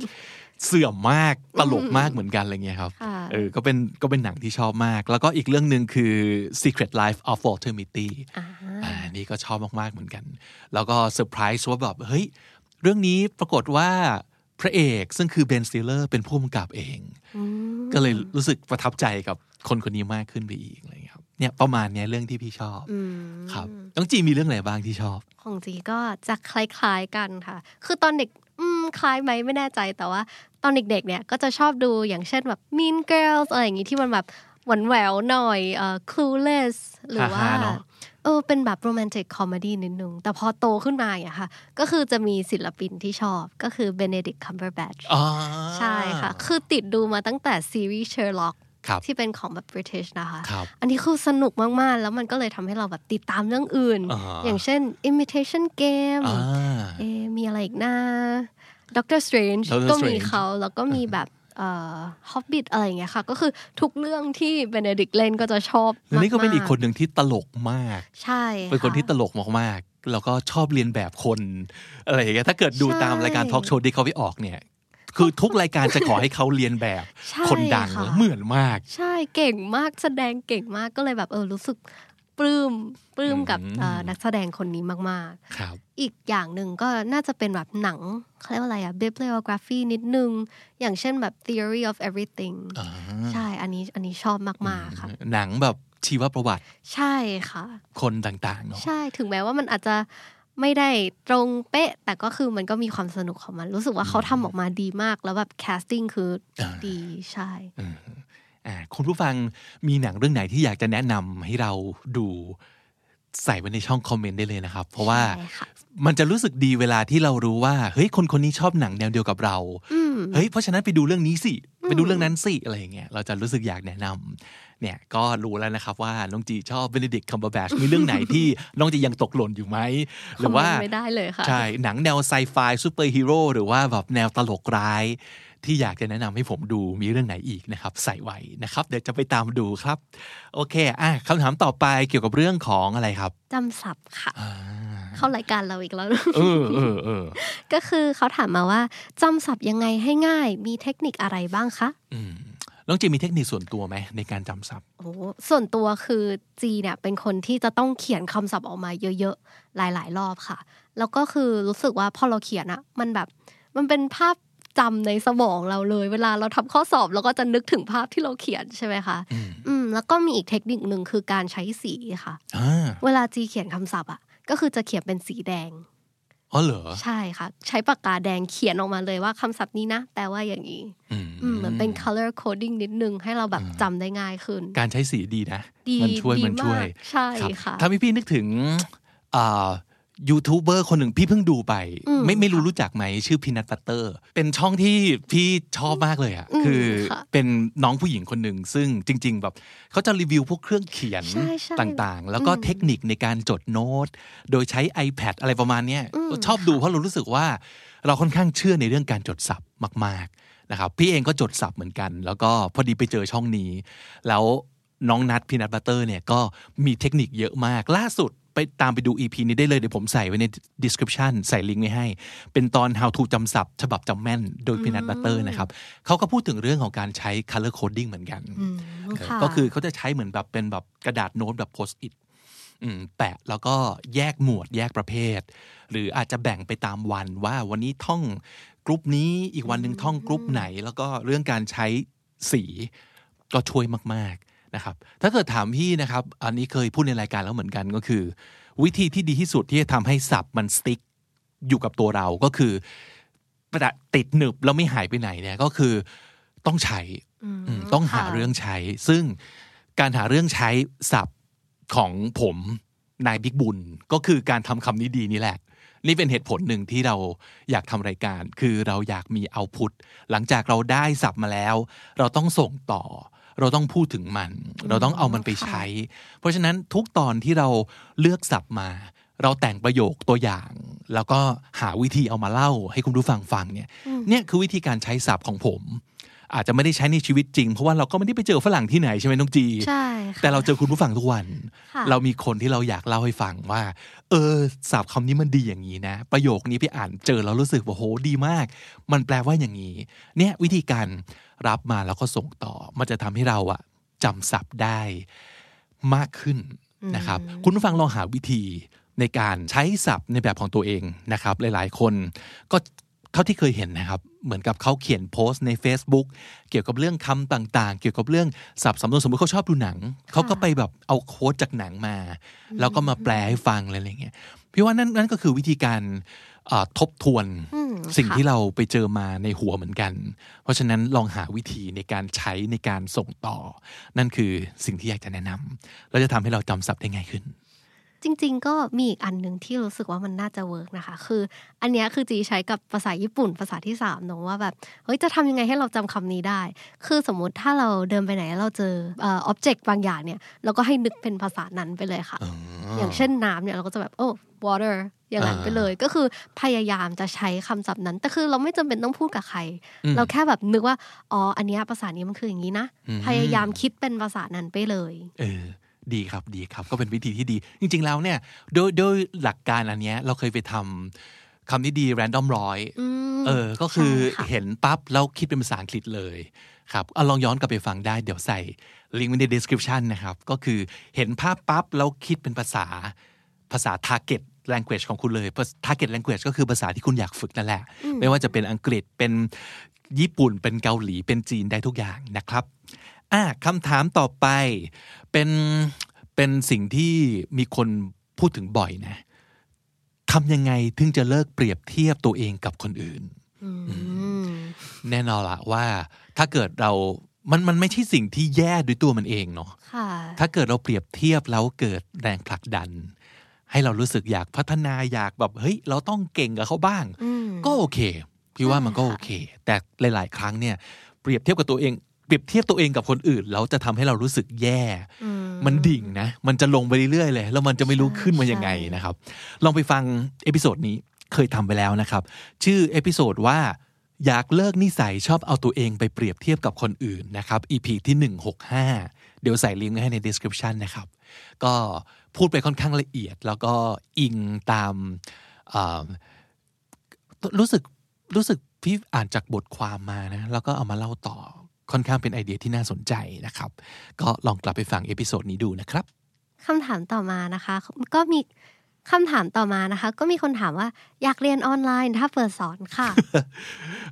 เสื่อมมากตลกมากเหมือนกันอะไรเงี้ยครับ ค่ะ เออก็เป็นก็เป็นหนังที่ชอบมาก แล้วก็อีกเรื่องหนึ่งคือ Secret Life of Walter Mitty อ่า อ่านี่ก็ชอบมาก ๆ เหมือนกัน แล้วก็เซอร์ไพรส์ว่าแบบ เฮ้ย เรื่องนี้ปรากฏว่าพระเอกซึ่งคือเบนสติลเลอร์เป็นผู้กำกับเอง อืม ก็เลยรู้สึกประทับใจกับคนคนนี้มากขึ้นไปอีกอะไรอย่างเงี้ยครับเนี่ยประมาณเนี้ยเรื่องที่พี่ชอบ อืม ครับน้องจีมีเรื่องไหนบ้างที่ชอบ ของจีก็จะคล้ายๆกันค่ะ คือตอนเด็ก อืม คล้ายไหมไม่แน่ใจ แต่ว่าตอนเด็กๆ เนี่ย ก็จะชอบดูอย่างเช่นแบบ Mean Girls อะไรอย่างงี้ที่มันแบบหวานแหววหน่อยเอ่อ Clueless หรือว่า ฮาๆเนอะ เออ เป็นแบบโรแมนติกคอมเมดี้นิดนึง แต่พอโตขึ้นมาอย่างเงยค่ะ ก็คือจะมีศิลปินที่ชอบ ก็คือ Benedict Cumberbatch อ๋อ ใช่ค่ะ คือติดดูมาตั้งแต่ซีรีส์ Sherlock ครับ ที่เป็นของแบบ British นะคะ ครับ อันนี้คือสนุกมาก ๆ แล้วมันก็เลยทำให้เราแบบติดตามเรื่องอื่น อ่าฮะ อย่างเช่น imitation game อ่า เอะมีอะไรอีกนะ Doctor Strange Doctor ก็มี Strange เขาแล้วก็มีแบบฮอบบิทอะไรอย่างเงี้ยค่ะ ก็คือทุกเรื่องที่เบเนดิกเล่นก็จะชอบ แล้วนี่ก็เป็นอีกคน มา หนึ่งที่ตลกมาก ๆใช่ เป็นคนที่ต ะ ลกมากๆ แล้วก็ชอบเรียนแบบคนอะไรอย่างเงี้ย ถ้าเกิดดู ใช่ ตามรายการทอล์กโชว์ที่เขาไปออกเนี่ย คือทุกรายการจะขอให้เขาเรียนแบบ ใช่ คนดัง ค่ะ เหมือนมาก ใช่เก่งมากแสดงเก่งมากก็เลยแบบเออรู้สึกปลื้มปลื้มกับ อืม เอ่อนักแสดงคนนี้มาก ๆ ครับ อีกอย่างหนึ่งก็น่าจะเป็นแบบหนังเขาเรียกว่าอะไรอะ bibliography นิดนึง อย่างเช่นแบบ theory of everything ใช่ อันนี้อันนี้ชอบมาก ๆ ค่ะ หนังแบบชีวประวัติ ใช่ค่ะ คนต่างๆเนาะ ใช่ถึงแม้ว่ามันอาจจะไม่ได้ตรงเป๊ะ แต่ก็คือมันก็มีความสนุกของมัน รู้สึกว่าเขาทำออกมาดีมาก แล้วแบบ casting คือดีใช่ อ่าคุณผู้ฟังมีหนังเรื่องไหนที่อยากจะแนะนำให้เราดูใส่ไว้ในช่องคอมเมนต์ได้เลยนะครับ เพราะว่า ใช่ค่ะ มันจะรู้สึกดีเวลาที่เรารู้ว่าเฮ้ยคนคนนี้ชอบหนังแนวเดียวกับเราเฮ้ยเพราะฉะนั้นไปดูเรื่องนี้สิไปดูเรื่องนั้นสิอะไรอย่างเงี้ยเราจะรู้สึกอยากแนะนำเนี่ยก็รู้แล้วนะครับว่าน้องจีชอบเบนดิกคัมเบอร์แบชมีเรื่องไหนที่น้องจียังตกหล่นอยู่ไหมหรือว่า คอมเมนต์ไม่ได้เลยค่ะ ใช่ หนังแนวไซไฟซูเปอร์ฮีโร่หรือว่าแบบแนวตลกร้าย ที่อยากจะแนะนำให้ผมดูมีเรื่องไหนอีกนะครับ ใส่ไว้นะครับ เดี๋ยวจะไปตามดูครับ โอเคอ่ะคำถามต่อไปเกี่ยวกับเรื่องของอะไรครับ จำศัพท์ค่ะ อ่า เข้ารายการเราอีกแล้ว *laughs* เออเออเออ ก็คือเขาถามมาว่าจำศัพท์ยังไงให้ง่าย มีเทคนิคอะไรบ้างคะ อืมน้องจีมีเทคนิคส่วนตัวไหมในการจำศัพท์ โอ้โหส่วนตัวคือจีเนี่ยเป็นคนที่จะต้องเขียนคำศัพท์ออกมาเยอะๆ หลายๆ รอบค่ะ แล้วก็คือรู้สึกว่าพอเราเขียนอะมันแบบมันเป็นภาพจำในสมองเราเลย เวลาเราทำข้อสอบเราก็จะนึกถึงภาพที่เราเขียนใช่ไหมคะ อืม อืมแล้วก็มีอีกเทคนิคหนึ่งคือการใช้สีค่ะ อ่า เวลาจีเขียนคำศัพท์อะก็คือจะเขียนเป็นสีแดง อ๋อเหรอ ใช่ค่ะ ใช้ปากกาแดงเขียนออกมาเลยว่าคำศัพท์นี้นะแปลว่าอย่างนี้ อืม อืมเหมือนเป็น color coding นิดนึงให้เราแบบจำได้ง่ายขึ้น การใช้สีดีนะ ดี มันช่วย ดี มันช่วย ากใช่ ครับ ค่ะ ทำให้พี่นึกถึงอ่ายูทูบเบอร์คนหนึ่งพี่เพิ่งดูไป อืม ไม่ไม่รู้รู้จักไหมชื่อพีนัทปัตเตอร์ เป็นช่องที่พี่ชอบมากเลยอ่ะ อืม คือ ค่ะ เป็นน้องผู้หญิงคนหนึ่งซึ่งจริง ๆ แบบเขาจะรีวิวพวกเครื่องเขียน ใช่ใช่ ต่างๆ แล้วก็เทคนิคในการจดโน้ต โดยใช้ iPad อะไรประมาณเนี้ย อืม ชอบดูเพราะเรารู้สึกว่า เราค่อนข้างเชื่อในเรื่องการจดสับมาก ๆ นะครับ พี่เองก็จดสับเหมือนกัน แล้วก็พอดีไปเจอช่องนี้ แล้วน้องนัดพีนัทบัตเตอร์เนี่ยก็มีเทคนิคเยอะมาก ล่าสุดไปตามไปดู EP นี้ได้เลย เดี๋ยวผมใส่ไว้ใน description ใส่ลิงก์ไว้ให้ เป็นตอน how to จำศัพท์ฉบับจำแม่นโดยพีนัทบัตเตอร์นะครับเขาก็พูดถึงเรื่องของการใช้ color coding เหมือนกัน อืมะ ก็คือเขาจะใช้เหมือนแบบเป็นแบบกระดาษโน้ตแบบโพสต์อิแปะแล้วก็แยกหมวดแยกประเภท หรืออาจจะแบ่งไปตามวันว่าวันนี้ท่องกรุ๊ปนี้อีกวันหนึ่งท่องกรุ๊ปไหน แล้วก็เรื่องการใช้สีก็ช่วยมากๆนะครับ ถ้าเกิดถามพี่นะครับ อันนี้เคยพูดในรายการแล้วเหมือนกันก็คือ วิธีที่ดีที่สุดที่จะทำให้สับมันสติ๊กอยู่กับตัวเราก็คือประติดหนึบแล้วไม่หายไปไหนเนี่ยก็คือต้องใช้ อืมต้องหา ค่ะ เรื่องใช้ ซึ่งการหาเรื่องใช้ศัพท์ของผมนายบิ๊กบุญ ก็คือการทำคำนี้ดีนี่แหละ นี่เป็นเหตุผลหนึ่งที่เราอยากทำรายการ คือเราอยากมีเอาพุตหลังจากเราได้ศัพท์มาแล้ว เราต้องส่งต่อ เราต้องพูดถึงมัน เราต้องเอามันไปใช้ เพราะฉะนั้นทุกตอนที่เราเลือกศัพท์มา เราแต่งประโยคตัวอย่าง แล้วก็หาวิธีเอามาเล่า ให้คุณผู้ฟังฟังเนี่ยเนี่ยคือวิธีการใช้ศัพท์ของผม อาจจะไม่ได้ใช้ในชีวิตจริง เพราะว่าเราก็ไม่ได้ไปเจอฝรั่งที่ไหนใช่ไหมน้องจี ใช่ค่ะ แต่เราเจอคุณผู้ฟังทุกวัน ค่ะ เรามีคนที่เราอยากเล่าให้ฟังว่า เออศัพท์คำนี้มันดีอย่างนี้นะ ประโยคนี้ไปอ่านเจอแล้วรู้สึกว่าโหดีมาก มันแปลว่าอย่างนี้ เนี่ยวิธีการรับมาแล้วก็ส่งต่อ มันจะทำให้เราอะจำศัพท์ได้มากขึ้นนะครับ คุณผู้ฟังลองหาวิธีในการใช้ศัพท์ในแบบของตัวเองนะครับ หลายๆ คนก็ เท่าที่เคยเห็นนะครับ เหมือนกับเขาเขียนโพสต์ใน Facebook เกี่ยวกับเรื่องคำต่างๆ เกี่ยวกับเรื่องสับสำนวนสมมติเขาชอบดูหนัง เขาก็ไปแบบเอาโค้ดจากหนังมา แล้วก็มาแปลให้ฟังอะไรอย่างเงี้ยพี่ว่านั่นนั่นก็คือวิธีการเอ่อทบทวน อืม สิ่ง ค่ะ ที่เราไปเจอมาในหัวเหมือนกัน เพราะฉะนั้นลองหาวิธีในการใช้ในการส่งต่อ นั่นคือสิ่งที่อยากจะแนะนำเราจะทำให้เราจำศัพท์ได้ง่ายขึ้น จริง ๆ ก็มีอีกอันหนึ่งที่รู้สึกว่ามันน่าจะเวิร์กนะคะ คือ อันเนี้ยคือจีใช้กับภาษาญี่ปุ่นภาษาที่สามเนอะว่าแบบเฮ้ยจะทำยังไงให้เราจำคำนี้ได้ คือสมมุติถ้าเราเดินไปไหนแล้วเราเจอเอ่อ object บางอย่างเนี่ยเราก็ให้นึกเป็นภาษานั้นไปเลยค่ะ อย่างเช่นน้ำเนี่ยเราก็จะแบบโอ้ water อย่างนั้นไปเลย ก็คือพยายามจะใช้คำศัพท์นั้น แต่คือเราไม่จำเป็นต้องพูดกับใคร อืม เราแค่แบบนึกว่าอ๋ออันเนี้ยภาษานี้มันคืออย่างนี้นะ อืม พยายามคิดเป็นภาษานั้นไปเลย เออ ดีครับ ดีครับ ก็เป็นวิธีที่ดี จริง ๆ แล้วเนี่ย โดย โดยหลักการอันเนี้ย เราเคยไปทำคำนี้ดี แรนดอมร้อย อืม เออ ก็คือ ใช่ค่ะ เห็นปั๊บ แล้วคิดเป็นภาษาอังกฤษเลย ครับเอาลองย้อนกลับไปฟังได้ เดี๋ยวใส่ ลิงก์ไว้ใน description นะครับ ก็คือเห็นภาพปั๊บ แล้วคิดเป็นภาษา ภาษา target language ของคุณเลย target language ก็คือภาษาที่คุณอยากฝึกนั่นแหละ ไม่ว่าจะเป็นอังกฤษ เป็นญี่ปุ่น เป็นเกาหลี เป็นจีนได้ทุกอย่างนะครับ อ่ะคำถามต่อไปเป็นเป็นสิ่งที่มีคนพูดถึงบ่อยนะทำยังไงถึงจะเลิกเปรียบเทียบตัวเองกับคนอื่น อืม แน่นอนละว่า ถ้าเกิดเรา มันมันไม่ใช่สิ่งที่แย่ด้วยตัวมันเองเนาะ ค่ะ ถ้าเกิดเราเปรียบเทียบแล้วเกิดแรงผลักดัน ให้เรารู้สึกอยากพัฒนาอยากแบบเฮ้ย เราต้องเก่งกับเขาบ้าง อืม ก็โอเค พี่ว่ามันก็ ใช่ โอ ค่ะ เค แต่หลาย ๆ ครั้งเนี่ย เปรียบเทียบกับตัวเอง เปรียบเทียบตัวเองกับคนอื่น แล้วจะทำให้เรารู้สึกแย่ อืม มันดิ่งนะ มันจะลงไปเรื่อยๆเลย แล้วมันจะไม่รู้ขึ้นมายังไงนะครับ ลองไปฟังเอพิโซดนี้เคยทำไปแล้วนะครับ ชื่อเอพิโซดว่า อยากเลิกนิสัยชอบเอาตัวเองไปเปรียบเทียบกับคนอื่นนะครับ EP ที่ 165 เดี๋ยวใส่ลิงก์ไว้ให้ใน description นะครับ ก็พูดไปค่อนข้างละเอียด แล้วก็อิงตามเอ่อรู้สึกรู้สึกพี่อ่านจากบทความมานะ แล้วก็เอามาเล่าต่อค่อนข้างเป็นไอเดียที่น่าสนใจนะครับ ก็ลองกลับไปฟังเอพิโซดนี้ดูนะครับ คำถามต่อมานะคะ ก็มีคำถามต่อมานะคะ ก็มีคนถามว่าอยากเรียนออนไลน์ถ้าเปิดสอน *laughs* ค่ะ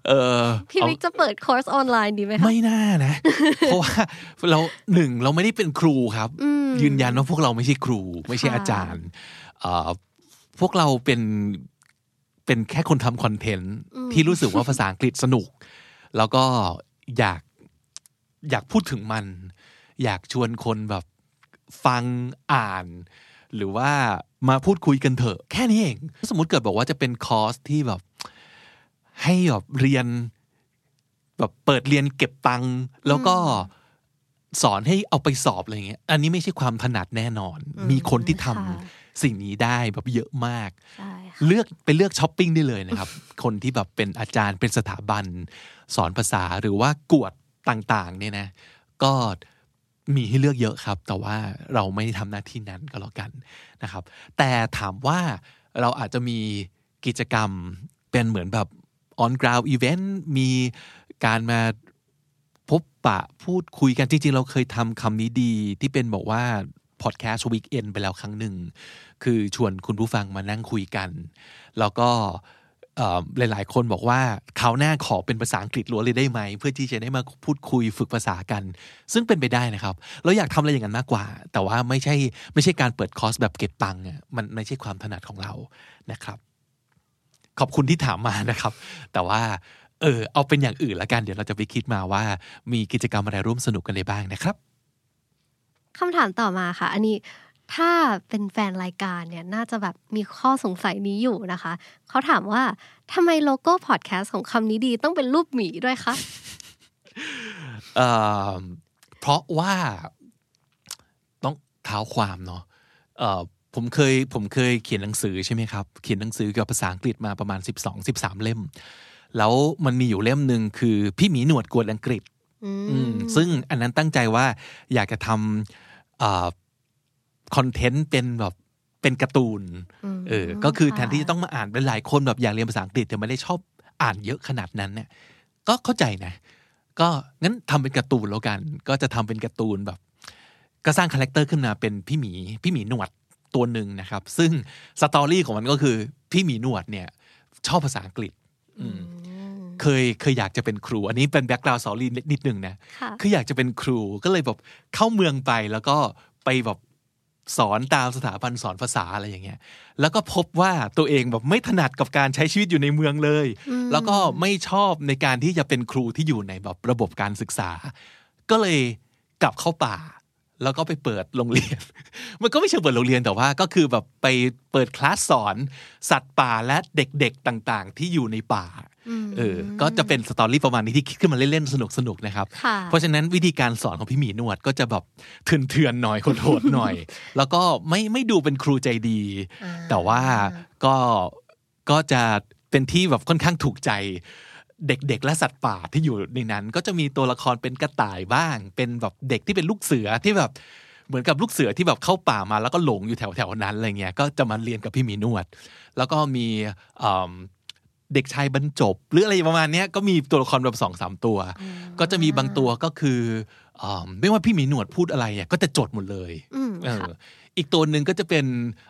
เออ พี่ เอา วิกจะเปิดคอร์สออนไลน์ดีไหมคะ ไม่น่า *laughs* นะ เพราะว่าเราหนึ่งเราไม่ได้เป็นครูครับ อืม ยืนยันว่าพวกเราไม่ใช่ครู ไม่ใช่ ค่ะ อาจารย์เอ่อพวกเราเป็นเป็นแค่คนทำคอนเทนต์ที่รู้สึกว่าภาษาอังกฤษสนุก แล้วก็อยากอยากพูดถึงมัน อยากชวนคนแบบฟังอ่าน หรือว่ามาพูดคุยกันเถอะ แค่นี้เอง สมมติเกิดบอกว่าจะเป็นคอร์สที่แบบ ให้แบบเรียน แบบเปิดเรียนเก็บตังค์แล้วก็สอนให้เอาไปสอบอะไรเงี้ย อันนี้ไม่ใช่ความถนัดแน่นอน อืม มีคนที่ทำ ค่ะ สิ่งนี้ได้แบบเยอะมาก ใช่ค่ะ เลือกไปเลือกช้อปปิ้งได้เลยนะครับ *laughs* คนที่แบบเป็นอาจารย์เป็นสถาบัน สอนภาษาหรือว่ากวดต่างๆ เนี่ยนะ ก็มีให้เลือกเยอะครับ แต่ว่าเราไม่ได้ทำหน้าที่นั้นก็แล้วกันนะครับ แต่ถามว่าเราอาจจะมีกิจกรรมเป็นเหมือนแบบ on ground event มีการมาพบปะพูดคุยกันจริง ๆ เราเคยทำคำนี้ดีที่เป็นบอกว่า podcast weekend ไปแล้วครั้งหนึ่ง คือชวนคุณผู้ฟังมานั่งคุยกัน แล้วก็เอ่อหลาย ๆ คนบอกว่าคราวหน้าขอเป็นภาษาอังกฤษล้วนเลยได้ไหม เพื่อที่จะได้มาพูดคุยฝึกภาษากัน ซึ่งเป็นไปได้นะครับ เราอยากทำอะไรอย่างนั้นมากกว่า แต่ว่าไม่ใช่ไม่ใช่การเปิดคอร์สแบบเก็บตังค์อะมันไม่ใช่ความถนัดของเรานะครับ ขอบคุณที่ถามมานะครับ แต่ว่า เออเอาเป็นอย่างอื่นละกันเดี๋ยวเราจะไปคิดมาว่า มีกิจกรรมอะไรร่วมสนุกกันได้บ้างนะครับ คำถามต่อมาค่ะ อันนี้ถ้าเป็นแฟนรายการเนี่ยน่าจะแบบมีข้อสงสัยนี้อยู่นะคะ เขาถามว่าทำไมโลโก้พอดแคสต์ของคำนี้ดีต้องเป็นรูปหมีด้วยคะ เอ่อเพราะว่าต้องเท้าความเนาะเอ่อผมเคยผมเคยเขียนหนังสือใช่ไหมครับ เขียนหนังสือเกี่ยวกับภาษาอังกฤษมาประมาณ 12 13 เล่ม แล้วมันมีอยู่เล่มหนึ่งคือพี่หมีหนวดกวดอังกฤษ อืม อืมซึ่งอันนั้นตั้งใจว่าอยากจะทำคอนเทนต์เป็นแบบเป็นการ์ตูน อืม เออก็คือแทน ค่ะ ที่จะต้องมาอ่านเป็นหลายคนแบบอยากเรียนภาษาอังกฤษแต่ไม่ได้ชอบอ่านเยอะขนาดนั้นเนี่ยก็เข้าใจนะ ก็งั้นทำเป็นการ์ตูนแล้วกัน ก็จะทำเป็นการ์ตูนแบบ ก็สร้างคาแรคเตอร์ขึ้นมาเป็นพี่หมีพี่หมีหนวดตัวหนึ่งนะครับ ซึ่งสตอรี่ของมันก็คือพี่หมีหนวดเนี่ยชอบภาษาอังกฤษ อืม เคยเคยอยากจะเป็นครู อันนี้เป็นแบ็กกราวด์สอรี่นิดนึงนะ ค่ะ คืออยากจะเป็นครูก็เลยแบบเข้าเมืองไปแล้วก็ไปแบบสอนตามสถาบันสอนภาษาอะไรอย่างเงี้ย แล้วก็พบว่าตัวเองแบบไม่ถนัดกับการใช้ชีวิตอยู่ในเมืองเลย อืม แล้วก็ไม่ชอบในการที่จะเป็นครูที่อยู่ในแบบระบบการศึกษา ก็เลยกลับเข้าป่า แล้วก็ไปเปิดโรงเรียน *laughs* มันก็ไม่เชิงเปิดโรงเรียนแต่ว่า ก็คือแบบไปเปิดคลาสสอนสัตว์ป่าและเด็กๆต่างๆ ที่อยู่ในป่า ม เออ ก็จะเป็นสตอรี่ประมาณนี้ที่คิดขึ้นมาเล่นๆสนุกๆนะครับ ค่ะ เพราะฉะนั้นวิธีการสอนของพี่หมีนวดก็จะแบบ *laughs* เถื่อนๆหน่อยโหดๆหน่อย *laughs* แล้วก็ไม่ไม่ดูเป็นครูใจดี อ่า แต่ว่าก็ก็จะเป็นที่แบบค่อนข้างถูกใจ เด็กๆ และสัตว์ป่าที่อยู่ในนั้น ก็จะมีตัวละครเป็นกระต่ายบ้าง เป็นแบบเด็กที่เป็นลูกเสือที่แบบเหมือนกับลูกเสือที่แบบเข้าป่ามาแล้วก็หลงอยู่แถวๆนั้นอะไรเงี้ยก็จะมาเรียนกับพี่หมีนวด แล้วก็มีเอิ่มเด็กชายบรรจบ หรืออะไรประมาณเนี้ยก็มีตัวละครแบบสองสามตัว ก็จะมีบางตัวก็คือเอิ่มไม่ว่าพี่หมีหนวดพูดอะไรอะก็จะจดหมดเลย อืม เออ ค่ะ อีกตัวหนึ่งก็จะเป็น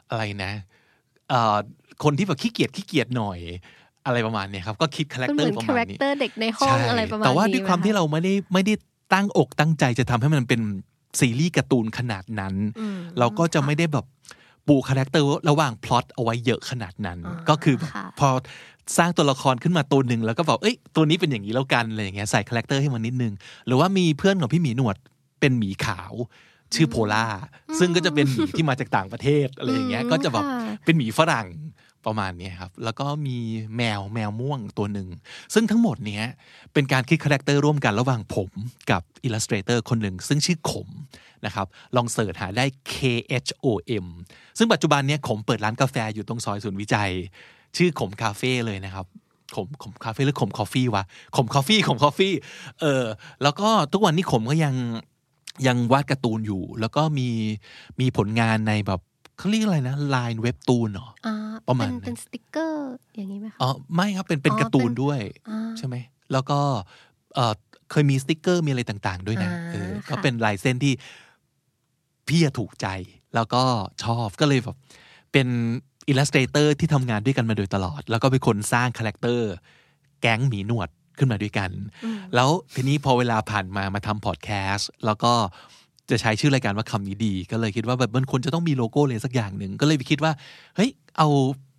อะไรนะเอ่อคนที่แบบขี้เกียจขี้เกียจหน่อยอะไรประมาณเนี้ยครับ ก็คิดคาแรค มัน เต เห อ มื ร์ อน ประ คา มาณ แรค นี้ เตอร์เด็กในห้อง ใช่ อะไรประมาณนี้ แต่ว่าด้วยความที่ ไหะ เราไม่ได้ไม่ได้ตั้งอกตั้งใจจะทำให้มันเป็นซีรีส์การ์ตูนขนาดนั้น อืม เราก็จะไม่ ค่ ได้แบบปูคาแรคเตอร์ระหว่างพล็อตเอาไว้เยอะขนาดนั้น อ่า ก็คือแบบ ค่ะ พอสร้างตัวละครขึ้นมาตัวหนึ่งแล้วก็บอกเอ้ยตัวนี้เป็นอย่างนี้แล้วกันอะไรอย่างเงี้ยใส่คาแรคเตอร์ให้มันนิดนึง หรือว่ามีเพื่อนของพี่หมีหนวดเป็นหมีขาว ชื่อโพล่าซึ่งก็จะเป็นหมีที่มาจากต่างประเทศอะไรอย่างเงี้ย ม ก็จะแบบ ค่ เป็นหมีฝรั่งประมาณเนี้ยครับ แล้วก็มีแมวแมวม่วงตัวหนึ่ง ซึ่งทั้งหมดเนี้ยเป็นการคิดคาแรคเตอร์ร่วมกันระหว่างผมกับอิลลัสเตรเตอร์คนหนึ่ง ซึ่งชื่อขมนะครับ ลองเสิร์ชหาได้ K H O M ซึ่งปัจจุบันเนี้ยขมเปิดร้านกาแฟอยู่ตรงซอยศูนย์วิจัย ชื่อขมคาเฟ่เลยนะครับ ขมขมคาเฟ่หรือขมคอฟฟี่วะขมคอฟฟี่ขมคอฟฟี่เออแล้วก็ทุกวันนี้ขมก็ยังยังวาดการ์ตูนอยู่ แล้วก็มีมีผลงานในแบบเขาเรียกอะไรนะลายเว็บตูนเหรอ อ่า ประมาณ เป็น นั้น เป็นสติกเกอร์อย่างนี้ไหมคะ อ๋อไม่ครับเป็นเป็น อ๋อ การ์ตูน เป็น ด้วย อ่า ใช่ไหมแล้วก็เอ่อเคยมีสติกเกอร์มีอะไรต่างๆ ด้วยนะ อ่า เออ ค่ะ ก็เป็นลายเส้นที่พี่อะถูกใจ แล้วก็ชอบก็เลยแบบเป็นอิลลัสเ a เตอร์ที่ทำงานด้วยกันมาโดยตลอด แล้วก็เป็นคนสร้างคาแรคเตอร์แก๊งหมีหนวดขึ้นมาด้วยกัน อืม แล้วทีนี้พอเวลาผ่านมามาทำพอดแคสต์แล้วก็จะใช้ชื่อรายการว่าคำนี้ดี ก็เลยคิดว่าแบบมันควรจะต้องมีโลโก้เลยสักอย่างหนึ่ง ก็เลยไปคิดว่า เฮ้ย เอา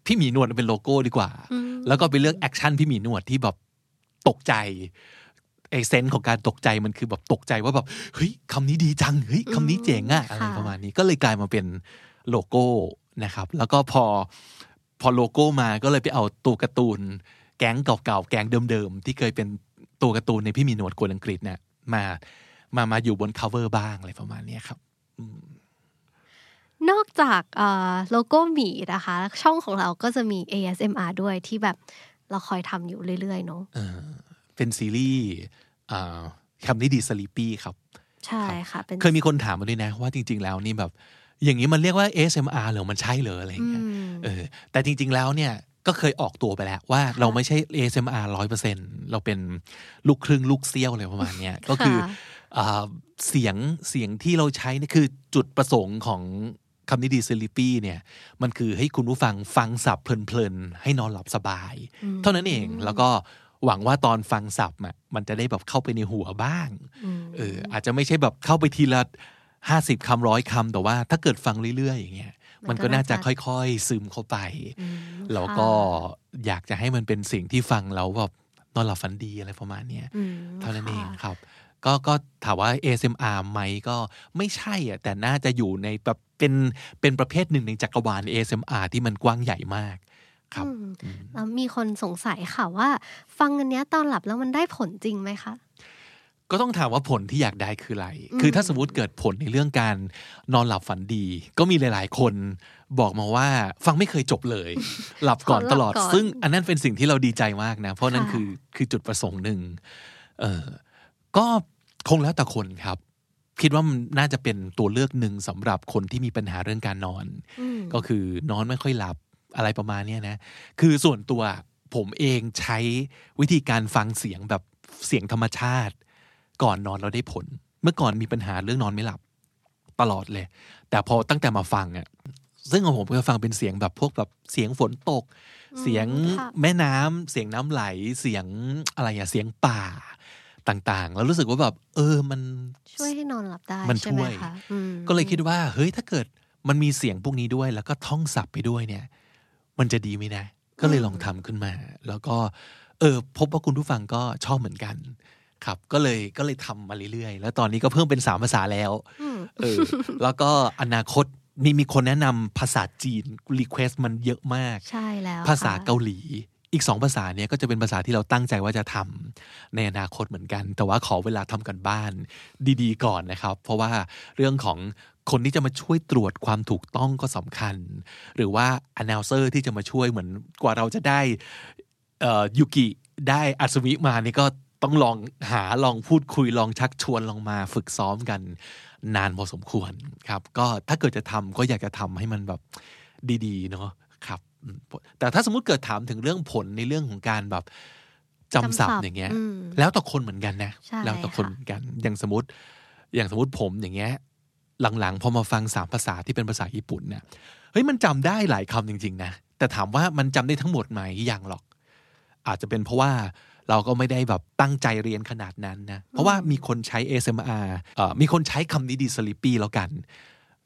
พี่หมีหนวดมาเป็นโลโก้ดีกว่า อืม แล้วก็ไปเลือกแอคชั่นพี่หมีหนวดที่แบบตกใจไอเซนส์ของการตกใจมันคือแบบตกใจว่าแบบเฮ้ยคำนี้ดีจังเฮ้ยคำนี้เจ๋งอะอะไร ค่ะ ประมาณนี้ก็เลยกลายมาเป็นโลโก้นะครับ แล้วก็พอพอโลโก้มาก็เลยไปเอาตัวการ์ตูน แก๊งเก่าๆแก๊งเดิมๆที่เคยเป็นตัวการ์ตูนในพี่หมีหนวดกวนอังกฤษเนี่ยมามามาอยู่บน cover บ้างอะไรประมาณเนี้ยครับอืม นอกจากเอ่อโลโก้หมีนะคะ ช่องของเราก็จะมี ASMR ด้วยที่แบบเราคอยทำอยู่เรื่อยๆเนาะ เอ่อเป็นซีรีส์อ่าคำนี้ดีสลีปี้ครับ ใช่ค่ะ เป็น เคยมีคนถามมาด้วยนะ ว่าจริง ๆ แล้วนี่แบบ อย่างนี้มันเรียกว่า ASMR เหรือมันใช่เหรออะไรอ อื ย่างเงี้ย ม เออแต่จริง ๆ แล้วเนี่ยก็เคยออกตัวไปแล้วว่าเราไม่ใช่ ASMR ร้อยเปอร์เซ็นเราเป็นลูกครึ่งลูกเซี่ยวอะไรประมาณเนี้ยก็คืออ่าเสียงเสียงที่เราใช้นี่คือจุดประสงค์ของคำนิดีซิลิปี้เนี่ยมันคือให้คุณผู้ฟังฟังสับเพลินๆให้นอนหลับสบาย อืม เท่านั้นเองแล้วก็หวังว่าตอนฟังสับอ่ะมันจะได้แบบเข้าไปในหัวบ้าง ม เอออาจจะไม่ใช่แบบเข้าไปทีละห้าสิบคำร้อยคำแต่ว่าถ้าเกิดฟังเรื่อยๆอย่างเงี้ย มั มัน น ก็ ก็น่า น่าจะ จะค่อยๆ ซึมเข้าไป อืม แล้ว ค่ะ ก็อยากจะให้มันเป็นสิ่งที่ฟังแล้วแบบนอนหลับฝันดีอะไรประมาณเนี้ย อืม เท่านั้นเอง ค่ะ ครับ ก็ก็ถามว่า ASMR ไหมก็ไม่ใช่อ่ะแต่น่าจะอยู่ในแบบเป็นเป็นประเภทหนึ่งในจักรวาล ASMR ที่มันกว้างใหญ่มากครับ อืมแล้วมีคนสงสัยค่ะว่า ฟังอันเนี้ยตอนหลับแล้วมันได้ผลจริงไหมคะ ก็ต้องถามว่าผลที่อยากได้คืออะไร อืม คือถ้าสมมติเกิดผลในเรื่องการนอนหลับฝันดี ก็มีหลายๆ คนบอกมาว่าฟังไม่เคยจบ *laughs* เลย หลับก่อน ขอหลับ ตลอด ก่อน ซึ่งอันนั้นเป็นสิ่งที่เราดีใจมากนะ เพราะนั่น ค่ะ คือคือจุดประสงค์หนึ่งเออก็คงแล้วแต่คนครับ คิดว่ามันน่าจะเป็นตัวเลือกหนึ่งสำหรับคนที่มีปัญหาเรื่องการนอน อืม ก็คือนอนไม่ค่อยหลับอะไรประมาณเนี้ยนะ คือส่วนตัวผมเองใช้วิธีการฟังเสียงแบบเสียงธรรมชาติ ก่อนนอนเราได้ผล เมื่อก่อนมีปัญหาเรื่องนอนไม่หลับ ตลอดเลย แต่พอตั้งแต่มาฟังอ่ะซึ่งของผมก็ฟังเป็นเสียงแบบพวกแบบเสียงฝนตก เสียง ค่ะ แม่น้ำเสียงน้ำไหลเสียงอะไรอะเสียงป่าต่างๆ แล้วรู้สึกว่าแบบ เออมัน ช่วยให้นอนหลับได้ มัน ใช่ไหม ช่วย คะอืม ก็เลยคิดว่า เฮ้ยถ้าเกิดมันมีเสียงพวกนี้ด้วยแล้วก็ท่องศัพท์ไปด้วยเนี่ย มันจะดีไหมนะ ก็เลยลองทำขึ้นมา แล้วก็ เออ พบว่าคุณผู้ฟังก็ชอบเหมือนกัน ครับ ก็เลยก็เลยทำมาเรื่อยๆ แล้วตอนนี้ก็เพิ่มเป็นสามภาษาแล้ว อืม เออ แล้วก็อนาคตมีมีคนแนะนำภาษาจีนรีเควสมันเยอะมาก ใช่แล้ว ภาษา ค่ะ เกาหลี อีกสองภาษาเนี้ยก็จะเป็นภาษาที่เราตั้งใจว่าจะทำในอนาคตเหมือนกัน แต่ว่าขอเวลาทำกันบ้านดีๆ ก่อนนะครับ เพราะว่าเรื่องของคนที่จะมาช่วยตรวจความถูกต้องก็สำคัญ หรือว่า announcer ที่จะมาช่วยเหมือนกว่าเราจะได้เอ่อยูกิได้อัศวิมานี่ก็ต้องลองหาลองพูดคุยลองชักชวนลองมาฝึกซ้อมกัน นานพอสมควรครับ ก็ถ้าเกิดจะทำก็อยากจะทำให้มันแบบดีๆ เนาะครับอืมแต่ถ้าสมมุติเกิดถามถึงเรื่องผลในเรื่องของการแบบจำศัพท์อย่างเงี้ย ม แล้วแต่คนเหมือนกันนะ ใช่ แล้วแต่คน ค่ะ เหมือนกัน อย่างสมมติ อย่างสมมติผมอย่างเงี้ย หลังๆ พอมาฟังสามภาษาที่เป็นภาษาญี่ปุ่นเนี่ย เฮ้ย มันจำได้หลายคำจริง ๆ นะ แต่ถามว่ามันจำได้ทั้งหมดไหมยังหรอก อาจจะเป็นเพราะว่าเราก็ไม่ได้แบบตั้งใจเรียนขนาดนั้นนะ เพราะว่ามีคนใช้ ASMR เอ่อมีคนใช้คำนี้ดีสลิปปี้แล้วกัน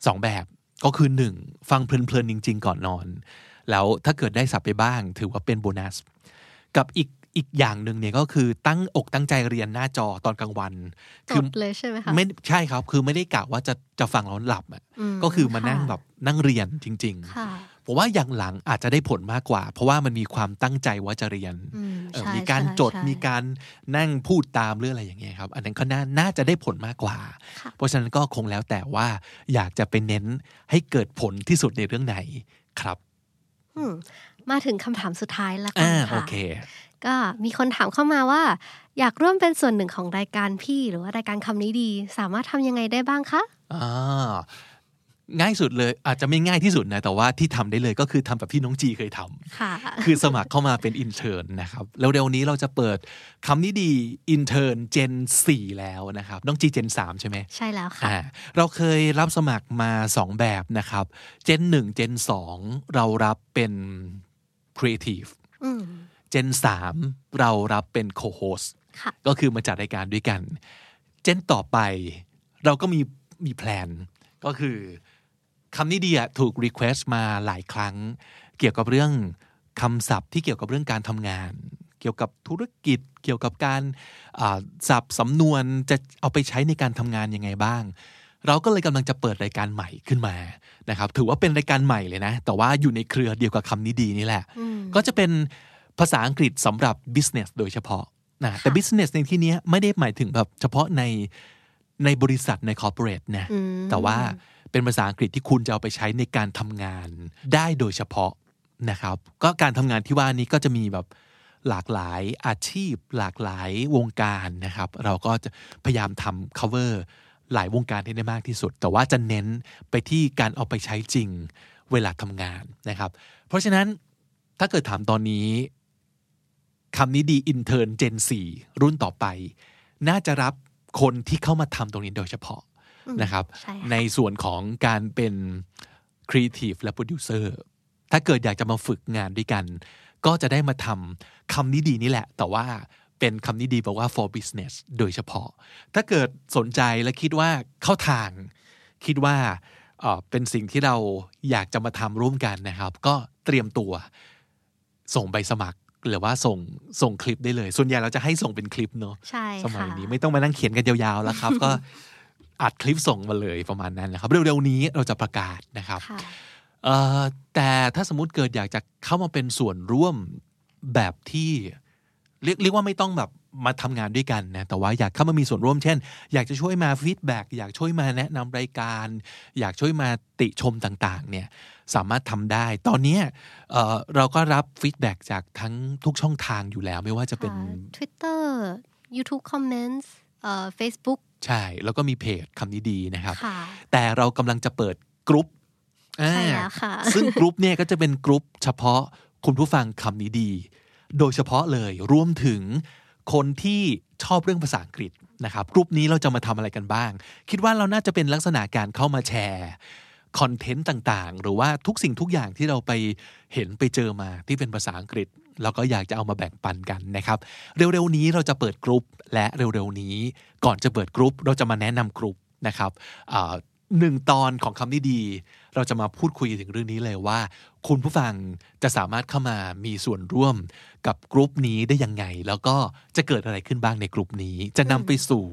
สองแบบก็คือหนึ่งฟังเพลินๆจริง ๆ ก่อนนอน แล้วถ้าเกิดได้สับไปบ้าง ถือว่าเป็นโบนัส กับอีกอีกอย่างหนึ่งเนี่ยก็คือตั้งอกตั้งใจเรียนหน้าจอตอนกลางวัน จ คื ดเลยใช่ไหมคะ ไม่ใช่ครับ คือไม่ได้กะว่าจะจะฟังแล้วหลับอ่ะ ม ก็คือมานั่งแบบนั่งเรียนจริง ค่ะ ๆ ผมว่าอย่างหลังอาจจะได้ผลมากกว่า เพราะว่ามันมีความตั้งใจว่าจะเรียน อืม เอ่อ ใช่ มีการ ใช่ จด ใช่ มีการนั่งพูดตามเรื่องอะไรอย่างเงี้ยครับ อันนั้นก็น่าน่าจะได้ผลมากกว่า ค่ะ เพราะฉะนั้นก็คงแล้วแต่ว่าอยากจะไปเน้นให้เกิดผลที่สุดในเรื่องไหนครับ อืมมาถึงคำถามสุดท้ายแล้วกั อ่าน โอ ค่ะ เค ก็มีคนถามเข้ามาว่า อยากร่วมเป็นส่วนหนึ่งของรายการพี่ หรือว่ารายการคำนี้ดี สามารถทำยังไงได้บ้างคะ อ่าง่ายสุดเลยอาจจะไม่ง่ายที่สุดนะ แต่ว่าที่ทำได้เลยก็คือทำแบบที่น้องจีเคยทำ *laughs* ค่ะ คือสมัครเข้ามาเป็นอินเ r อร์นะครับ แล้วเร็วๆนี้เราจะเปิดคำนี้ดีอินเ r อร์เจน4แล้วนะครับ น้องจีเจน3ใช่ไหม ใช่แล้วค่ะ อ่าเราเคยรับสมัครมา 2 แบบนะครับ เจน1เจน2 เรารับเป็น Creative อืม เจน3เรารับเป็น Co-host ค่ะ ก็คือมาจัดรายการด้วยกัน เจนต่อไปเราก็มีมีแพลน ก็คือคำนี้ดีอะถูกรีเควสต์มาหลายครั้ง เกี่ยวกับเรื่องคำศัพท์ที่เกี่ยวกับเรื่องการทำงาน เกี่ยวกับธุรกิจ เกี่ยวกับการอ่าศัพท์สำนวนจะเอาไปใช้ในการทำงานยังไงบ้าง เราก็เลยกำลังจะเปิดรายการใหม่ขึ้นมานะครับถือว่าเป็นรายการใหม่เลยนะ แต่ว่าอยู่ในเครือเดียวกับคำนี้ดีนี่แหละ อืม ก็จะเป็นภาษาอังกฤษสำหรับ business โดยเฉพาะนะแต่ ค่ะ business ในที่เนี้ยไม่ได้หมายถึงแบบเฉพาะในในบริษัทใน corporate นะ อืม แต่ว่าเป็นภาษาอังกฤษที่คุณจะเอาไปใช้ในการทำงานได้โดยเฉพาะนะครับ ก็การทำงานที่ว่านี้ก็จะมีแบบหลากหลายอาชีพ หลากหลายวงการนะครับ เราก็จะพยายามทำ cover หลายวงการให้ได้มากที่สุด แต่ว่าจะเน้นไปที่การเอาไปใช้จริงเวลาทำงานนะครับ เพราะฉะนั้นถ้าเกิดถามตอนนี้คำนี้ดีอินเทอร์เจน4รุ่นต่อไป น่าจะรับคนที่เข้ามาทำตรงนี้โดยเฉพาะ อืม นะครับ ใช่ค่ะ ในส่วนของการเป็นครีเอทีฟและโปรดิวเซอร์ถ้าเกิดอยากจะมาฝึกงานด้วยกัน ก็จะได้มาทำคำนี้ดีนี่แหละ แต่ว่าเป็นคำนี้ดีบอกว่า for business โดยเฉพาะ ถ้าเกิดสนใจและคิดว่าเข้าทาง คิดว่าเอ่อเป็นสิ่งที่เราอยากจะมาทำร่วมกันนะครับ ก็เตรียมตัว ส่งใบสมัครหรือว่าส่งส่งคลิปได้เลย ส่วนใหญ่เราจะให้ส่งเป็นคลิปเนอะ ใช่ ส ค่ะ มัยนี้ไม่ต้องมานั่งเขียนกันยาวๆแล้วครับ ก็อัดคลิปส่งมาเลยประมาณนั้นนะครับ เร็วๆนี้เราจะประกาศนะครับ ค่ะ เอ่อแต่ถ้าสมมติเกิดอยากจะเข้ามาเป็นส่วนร่วมแบบที่เรียกเรียกว่าไม่ต้องแบบมาทำงานด้วยกันนะแต่ว่าอยากเข้ามามีส่วนร่วมเช่น อยากจะช่วยมาฟีดแบ็กอยากช่วยมาแนะนำรายการ อยากช่วยมาติชมต่างๆเนี่ยสามารถทำได้ ตอนเนี้ยเอ่อเราก็รับฟีดแบ็กจากทั้งทุกช่องทางอยู่แล้ว ไม่ว่าจะเป็น ค่ะ Twitter YouTube Comments เอ่อ Facebook ใช่ แล้วก็มีเพจคำนี้ดีนะครับ ค่ะ แต่เรากำลังจะเปิดกรุ๊ปอ่า ใช่แล้วค่ะ *laughs* ซึ่งกรุ๊ปเนี่ยก็จะเป็นกรุ๊ปเฉพาะคุณผู้ฟังคำนี้ดี โดยเฉพาะเลยรวมถึงคนที่ชอบเรื่องภาษาอังกฤษนะครับกรุ๊ปนี้เราจะมาทำอะไรกันบ้าง คิดว่าเราน่าจะเป็นลักษณะการเข้ามาแชร์คอนเทนต์ต่างๆ หรือว่าทุกสิ่งทุกอย่างที่เราไปเห็นไปเจอมาที่เป็นภาษาอังกฤษ เราก็อยากจะเอามาแบ่งปันกันนะครับ เร็วๆนี้เราจะเปิดกรุ๊ปและเร็วๆนี้ ก่อนจะเปิดกรุ๊ปเราจะมาแนะนำกรุ๊ปนะครับอ่าหนึ่งตอนของคำนี้ดี เราจะมาพูดคุยถึงเรื่องนี้เลยว่า คุณผู้ฟังจะสามารถเข้ามามีส่วนร่วมกับกรุ๊ปนี้ได้ยังไง แล้วก็จะเกิดอะไรขึ้นบ้างในกรุ๊ปนี้ จะนำไปสู่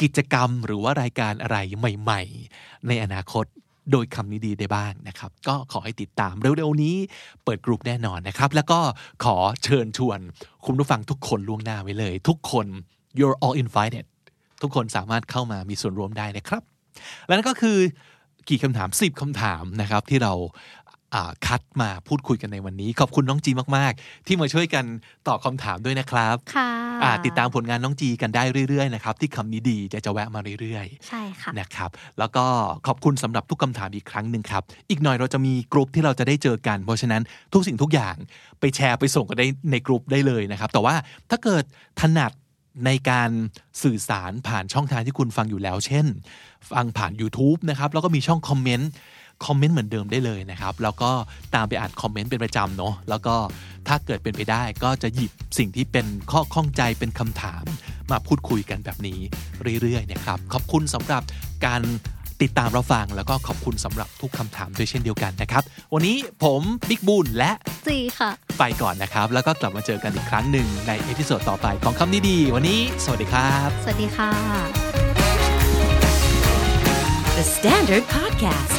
กิจกรรมหรือว่ารายการอะไรใหม่ ๆ ในอนาคตโดยคำนี้ดีได้บ้างนะครับ ก็ขอให้ติดตามเร็วๆนี้ เปิดกลุ่มแน่นอนนะครับ แล้วก็ขอเชิญชวนคุณผู้ฟังทุกคนล่วงหน้าไว้เลย ทุกคน you're all invited ทุกคนสามารถเข้ามามีส่วนร่วมได้นะครับ และนั่นก็คือกี่คำถาม 10คำถามนะครับ ที่เราอ่าคัดมาพูดคุยกันในวันนี้ ขอบคุณน้องจีมาก ๆ ที่มาช่วยกันตอบคำถามด้วยนะครับ ค่ะ อ่าติดตามผลงานน้องจีกันได้เรื่อย ๆ นะครับ ที่คำนี้ดีจะจะแวะมาเรื่อย ๆ ใช่ค่ะ นะครับแล้วก็ขอบคุณสำหรับทุกคำถามอีกครั้งหนึ่งครับ อีกหน่อยเราจะมีกลุ่มที่เราจะได้เจอกัน เพราะฉะนั้นทุกสิ่งทุกอย่างไปแชร์ไปส่งกันได้ในกลุ่มได้เลยนะครับ แต่ว่าถ้าเกิดถนัดในการสื่อสารผ่านช่องทางที่คุณฟังอยู่แล้ว เช่น ฟังผ่าน YouTube นะครับ แล้วก็มีช่องคอมเมนต์ คอมเมนต์เหมือนเดิมได้เลยนะครับ แล้วก็ตามไปอ่านคอมเมนต์เป็นประจำเนาะแล้วก็ถ้าเกิดเป็นไปได้ก็จะหยิบสิ่งที่เป็นข้อข้องใจเป็นคำถาม มาพูดคุยกันแบบนี้เรื่อยๆนะครับ ขอบคุณสำหรับการติดตามเราฟัง แล้วก็ขอบคุณสำหรับทุกคำถามด้วยเช่นเดียวกันนะครับ วันนี้ผมบิ๊กบุญและ จีค่ะ ไปก่อนนะครับ แล้วก็กลับมาเจอกันอีกครั้งหนึ่งในเอพิโซดต่อไปของคำนี้ดี วันนี้ สวัสดีครับ สวัสดีค่ะ The Standard Podcast,